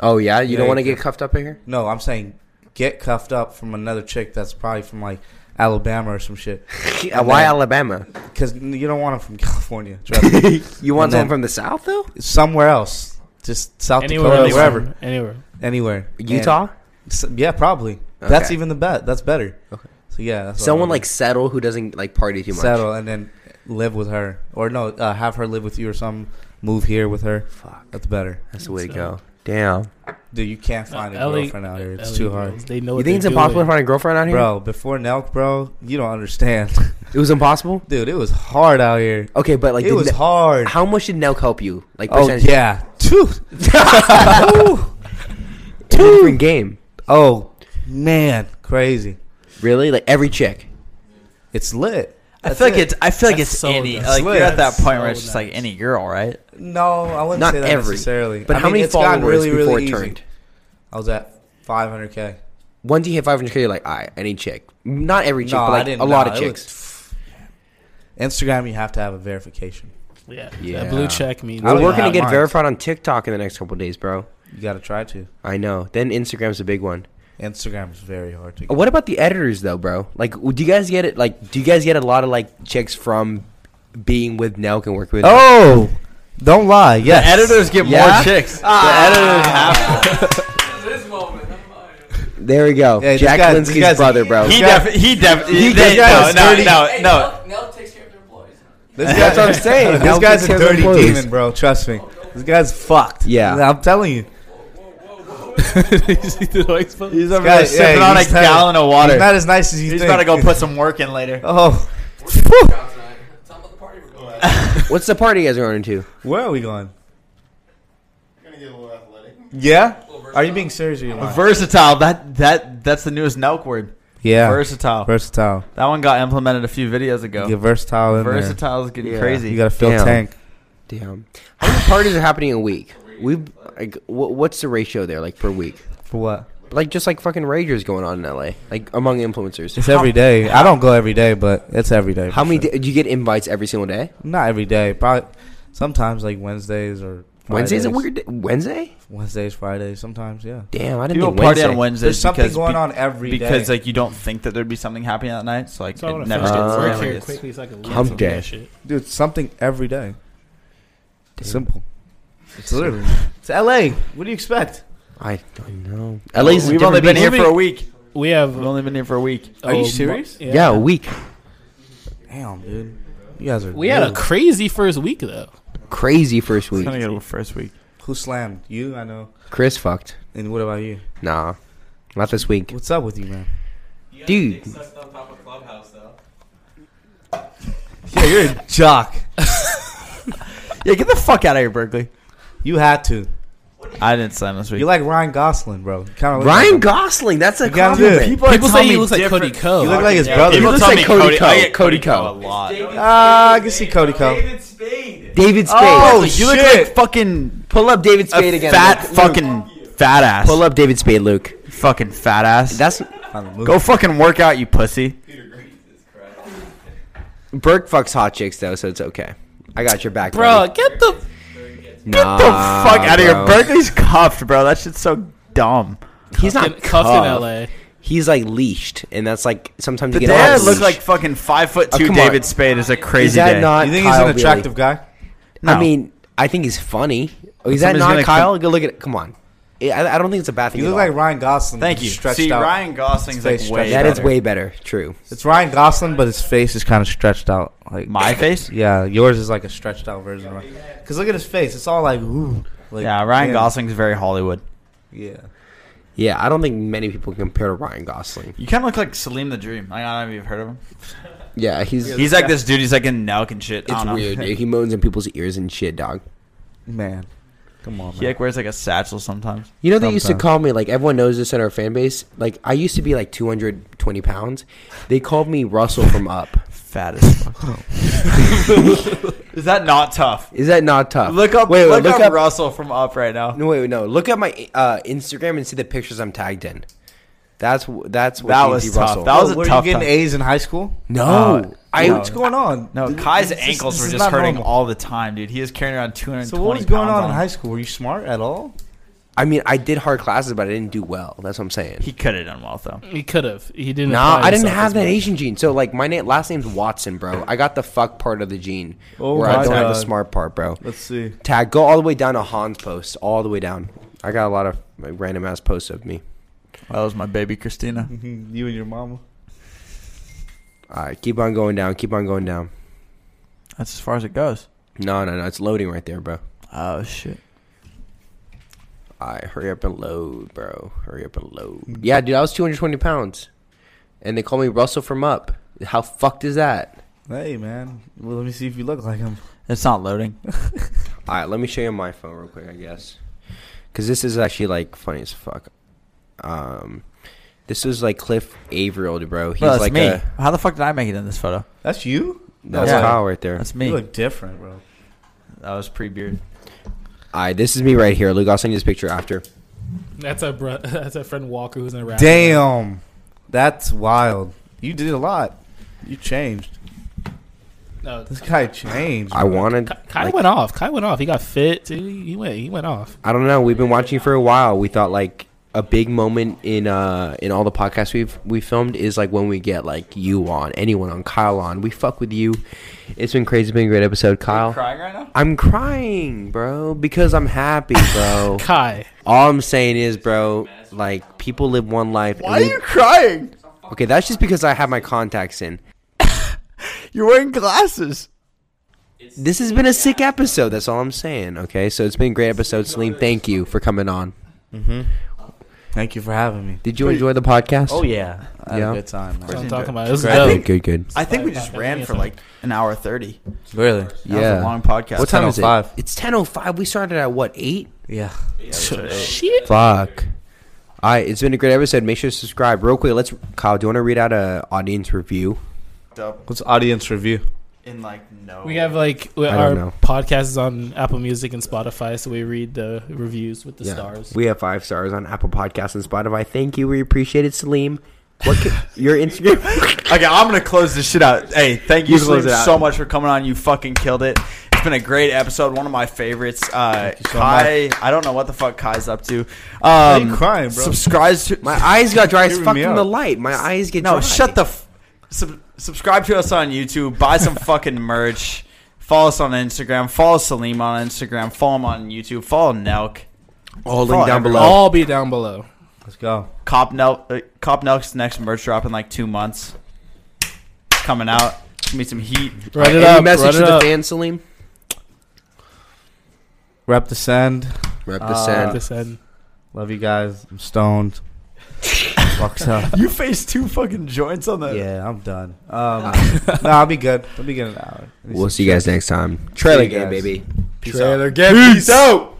Oh yeah, you Yeah, don't want to yeah. get cuffed up in here. No, I'm saying get cuffed up from another chick that's probably from like Alabama or some shit. Why Alabama? Because you don't want them from California. Trust me. You want And then- someone from the south though? Somewhere else, just South anywhere, Dakota, anywhere, wherever, anywhere. anywhere, Utah? And s- yeah, probably. That's Okay. even the bet. That's better. Okay. So yeah, that's what Someone I would like settle who doesn't like party too do. much. settle and then live with her, or no, uh, have her live with you or something. Move here with her. Fuck. That's better. That's the way to Settle. go. Damn. Dude, you can't find a LA girlfriend out here. It's LA too hard. girls, They know You what think they're it's impossible to doing. find a girlfriend out here? Bro, before Nelk, bro, you don't understand. It was impossible? Dude, it was hard out here. Okay, but like it did was Ne- hard. how much did Nelk help you? Like oh, percentage yeah. Dude. It's a different game. Oh, man. Crazy. Really? Like every chick. It's lit. I feel like it's I feel like That's it's so any nice. like you're Swear. at that That's point where so it's just like nice. any girl, right? No, I wouldn't Not say that every, necessarily. But I how mean, many it's gotten followers before it easy. turned? I was at 500K. Once you hit 500k, you're like, all right, I need chick. Not every chick, No, but I like didn't. a lot no, of it chicks. was- Instagram, you have to have a verification. Yeah, Yeah. That blue check means. I We're don't working to have get mine. verified on TikTok in the next couple days, bro. You got to try to. I know. Then Instagram's a big one. Instagram is very hard to get. What about the editors though, bro? Like, do you guys get it? Like, do you guys get a lot of like chicks from being with Nelk and working with? Nelk? Oh, don't lie. Yes. Editors get Yeah? Ah. more chicks. there we go. Yeah, this Jack guy- this Linsky's guy's- brother, bro. He got- def he def He they- got- no, dirty- no, no, no. This That's what I'm saying. This Help guy's us a kill dirty employees. demon, bro. Trust me. This guy's fucked. Yeah. I'm telling you. He's over guy- there sipping yeah, on a he's not- gallon of water. He's not as nice as you He's think. about to go put some work in later. Oh, What's the party you guys are going to? where are we going? Yeah. Are you being serious or you lying? Versatile. That that that's the newest Nelk word. Yeah. Versatile. versatile. that one got implemented a few videos ago. Get versatile in versatile. Versatile is getting Yeah. there. crazy. You gotta fill Damn. tank. Damn. How many parties are happening a week? We've like, wh- what's the ratio there, like per week? For what? Like just like fucking ragers going on in LA, like among influencers. It's every day. I don't go every day, but it's every day. How for many? sure. da- Do you get invites every single day? Not every day. Probably sometimes like Wednesdays or Wednesday's a Fridays. weird day. Wednesday. Wednesdays, Fridays. Sometimes, yeah. Damn, I didn't People think party Wednesday. on Wednesdays There's something because going be- on every day. because like you don't think that there'd be something happening that night, so like So I want it to never finish gets. this Uh, work never here gets. quickly so I can leave Hump some of that day. shit. dude, something every day. Simple. It's literally it's L.A. What do you expect? I don't know. At least we've only been here for a week. We have. We've only been here for a week. Are you oh, serious? mu- Yeah, a week. Damn, dude. You guys are. We had a good. crazy first week though. Crazy first week. Kind of good first week. who slammed you? I know. Chris fucked. And what about you? Nah, not this week, What's up with you, man? dude. Yeah, you're a jock. yeah, get the fuck out of here, Berkeley. You had to. I didn't sign this week. You're like Ryan Gosling, bro. Kind of Ryan Gosling. That's a You guys compliment. do. People say he looks like Cody Ko. You look like his brother. He People looks tell like me Cody Ko. I get Cody a Ko. lot. Ah, I can see Cody Ko. David Spade. Oh, you look like fucking Pull up David Spade a again. fat Luke. fucking fat ass. Pull up David Spade, Luke. fucking fat ass. That's Go fucking work out, you pussy. Burke fucks hot chicks though, so it's okay. I got your back, Bro, buddy. get the Get the fuck out of bro. here. Berkeley's cuffed, bro. That shit's so dumb. He's not cuffed. cuffed in LA. He's like leashed, and that's like sometimes The you get a lot dad of looks leash. like fucking five foot Oh, two. come on. David Spade is a crazy Is that day. not? You think he's Kyle an attractive Bealey? guy? No. I mean, I think he's funny. Oh, is that Somebody's not gonna Kyle? Go look at. Come on. I, I don't think it's a bad thing. You at look all. like Ryan Gosling. thank but you. Stretched See, out. Ryan Gosling's Face like way. stretched That out. is better. way better. True. It's Ryan Gosling, but his face is kind of stretched out. Like my face. Yeah, yours is like a stretched out version. Right? Cause look at his face. It's all like ooh. Like, Yeah, Ryan yeah, Gosling's very Hollywood. Yeah. Yeah, I don't think many people compare to Ryan Gosling. You kind of look like Salim the Dream. I don't know if you've heard of him. Yeah, he's He's like this dude. He's like in Nelk and shit. I It's don't know. weird. dude. He moans in people's ears and shit, dog. Man, come on, man. He like wears like a satchel sometimes. You know they used to Sometimes. call me like everyone knows this in our fan base. Like I used to be like 220 pounds. They called me Russell from Up. Fat as fuck. is that not tough? Is that not tough? Look up. Wait, wait, look, look up, up- Russell from Up right now. No, wait, no. Look at my uh, Instagram and see the pictures I'm tagged in. That's wh- that's what That D&D was tough. Russell. That was a were tough you getting time. A's in high school? no, Uh, I no. What's going on? No, Dude, Kai's this is- ankles this were is just not hurting normal. all the time, dude. He was carrying around 220 So what was going on in high school? Were you smart at all? I mean I did hard classes, but I didn't do well. That's what I'm saying. He could have done well though. He could have. He didn't. Nah, apply I didn't himself have as that much. Asian gene. So like my na- last name's Watson, bro. I got the fuck part of the gene Oh where I my don't have the God. smart part, bro. Let's see. Tag go all the way down to Hans post, all the way down. I got a lot of like, random ass posts of me. That was my baby Christina. you and your mama. All right, keep on going down. Keep on going down. That's as far as it goes. No, no, no. It's loading right there, bro. Oh shit. All right, hurry up and load, bro. Hurry up and load. Yeah, dude, I was 220 pounds, and they called me Russell from up. How fucked is that? Hey man, well, let me see if you look like him. It's not loading. All right, let me show you my phone real quick, I guess, because this is actually like funny as fuck. Um, this is like Cliff Averill, bro. He's Well, that's like me. a How the fuck did I make it in this photo? That's you. that's Yeah. Kyle right there. That's You me. look different, bro. That was pre-beard. All right, this is me right here, Luke. I'll send you this picture after. That's our bro- that's our friend Walker who's in a rap. Damn, that's wild. You did a lot. You changed. No, This guy changed. I wanted. Kai like, went off. Kai went off. He got fit. Dude. He went. He went off. I don't know. We've been watching for a while. We thought like a big moment in uh in all the podcasts we've we filmed is like when we get like you on, anyone on, Kyle on. We fuck with you. It's been crazy. It's been a great episode, Kyle. Crying right now? I'm crying, bro, because I'm happy, bro. Kai. all I'm saying is, bro, like people live one life. and we- crying? okay, that's just because I have my contacts in. You're wearing glasses. This has been a sick episode. That's all I'm saying. Okay, so it's been a great episode, Salim. Thank you for coming on. Thank you for having me. Did you enjoy the podcast? Oh yeah, I had Yeah. a good time. Man. That's what I'm Enjoy. talking about. It was I dope. Good, good, good. I think we just ran for like an hour thirty. Really? That was a long podcast. What time is it? 10:05. It's ten oh five. We started at what eight? Yeah. Shit. Fuck. All right, it's been a great episode. Make sure to subscribe real quick. Let's, Kyle. Do you want to read out a audience review? What's audience review? In like no. We have like we, I don't our know. podcast is on Apple Music and Spotify, so we read the reviews with the stars. We have five stars on Apple Podcasts and Spotify. Thank you. We appreciate it, Salim. What can, your Instagram? Okay, I'm gonna close this shit out. Hey, thank you, You close Slim, it out. so much for coming on. You fucking killed it. It's been a great episode, one of my favorites. Uh, you so Kai, I don't know what the fuck Kai's up to. Um, you crying, bro? Subscribes to My eyes got dry as Hearing fuck me from out. the light. My eyes get no. dry. Shut the. F- sub- subscribe to us on YouTube. Buy some fucking merch. Follow us on Instagram. Follow Salim on Instagram. Follow him on YouTube. Follow Nelk. All Follow linked down everyone. below. All be down below. Let's go. Cop Nelk. Uh, Cop Nelk's next merch drop in like two months. It's coming out. It's gonna be some heat. Run it Any up. message Run to it the up. fans, Salim? Rep the send. Rep the Uh, send. This end. Love you guys. I'm stoned. Fucked up. You face two fucking joints on the. Yeah, I'm done. Um, no, I'll be good. I'll be good in an hour. We'll see you guys next time. Trailer you game, guys. baby. Peace out. Trailer. Get peace out.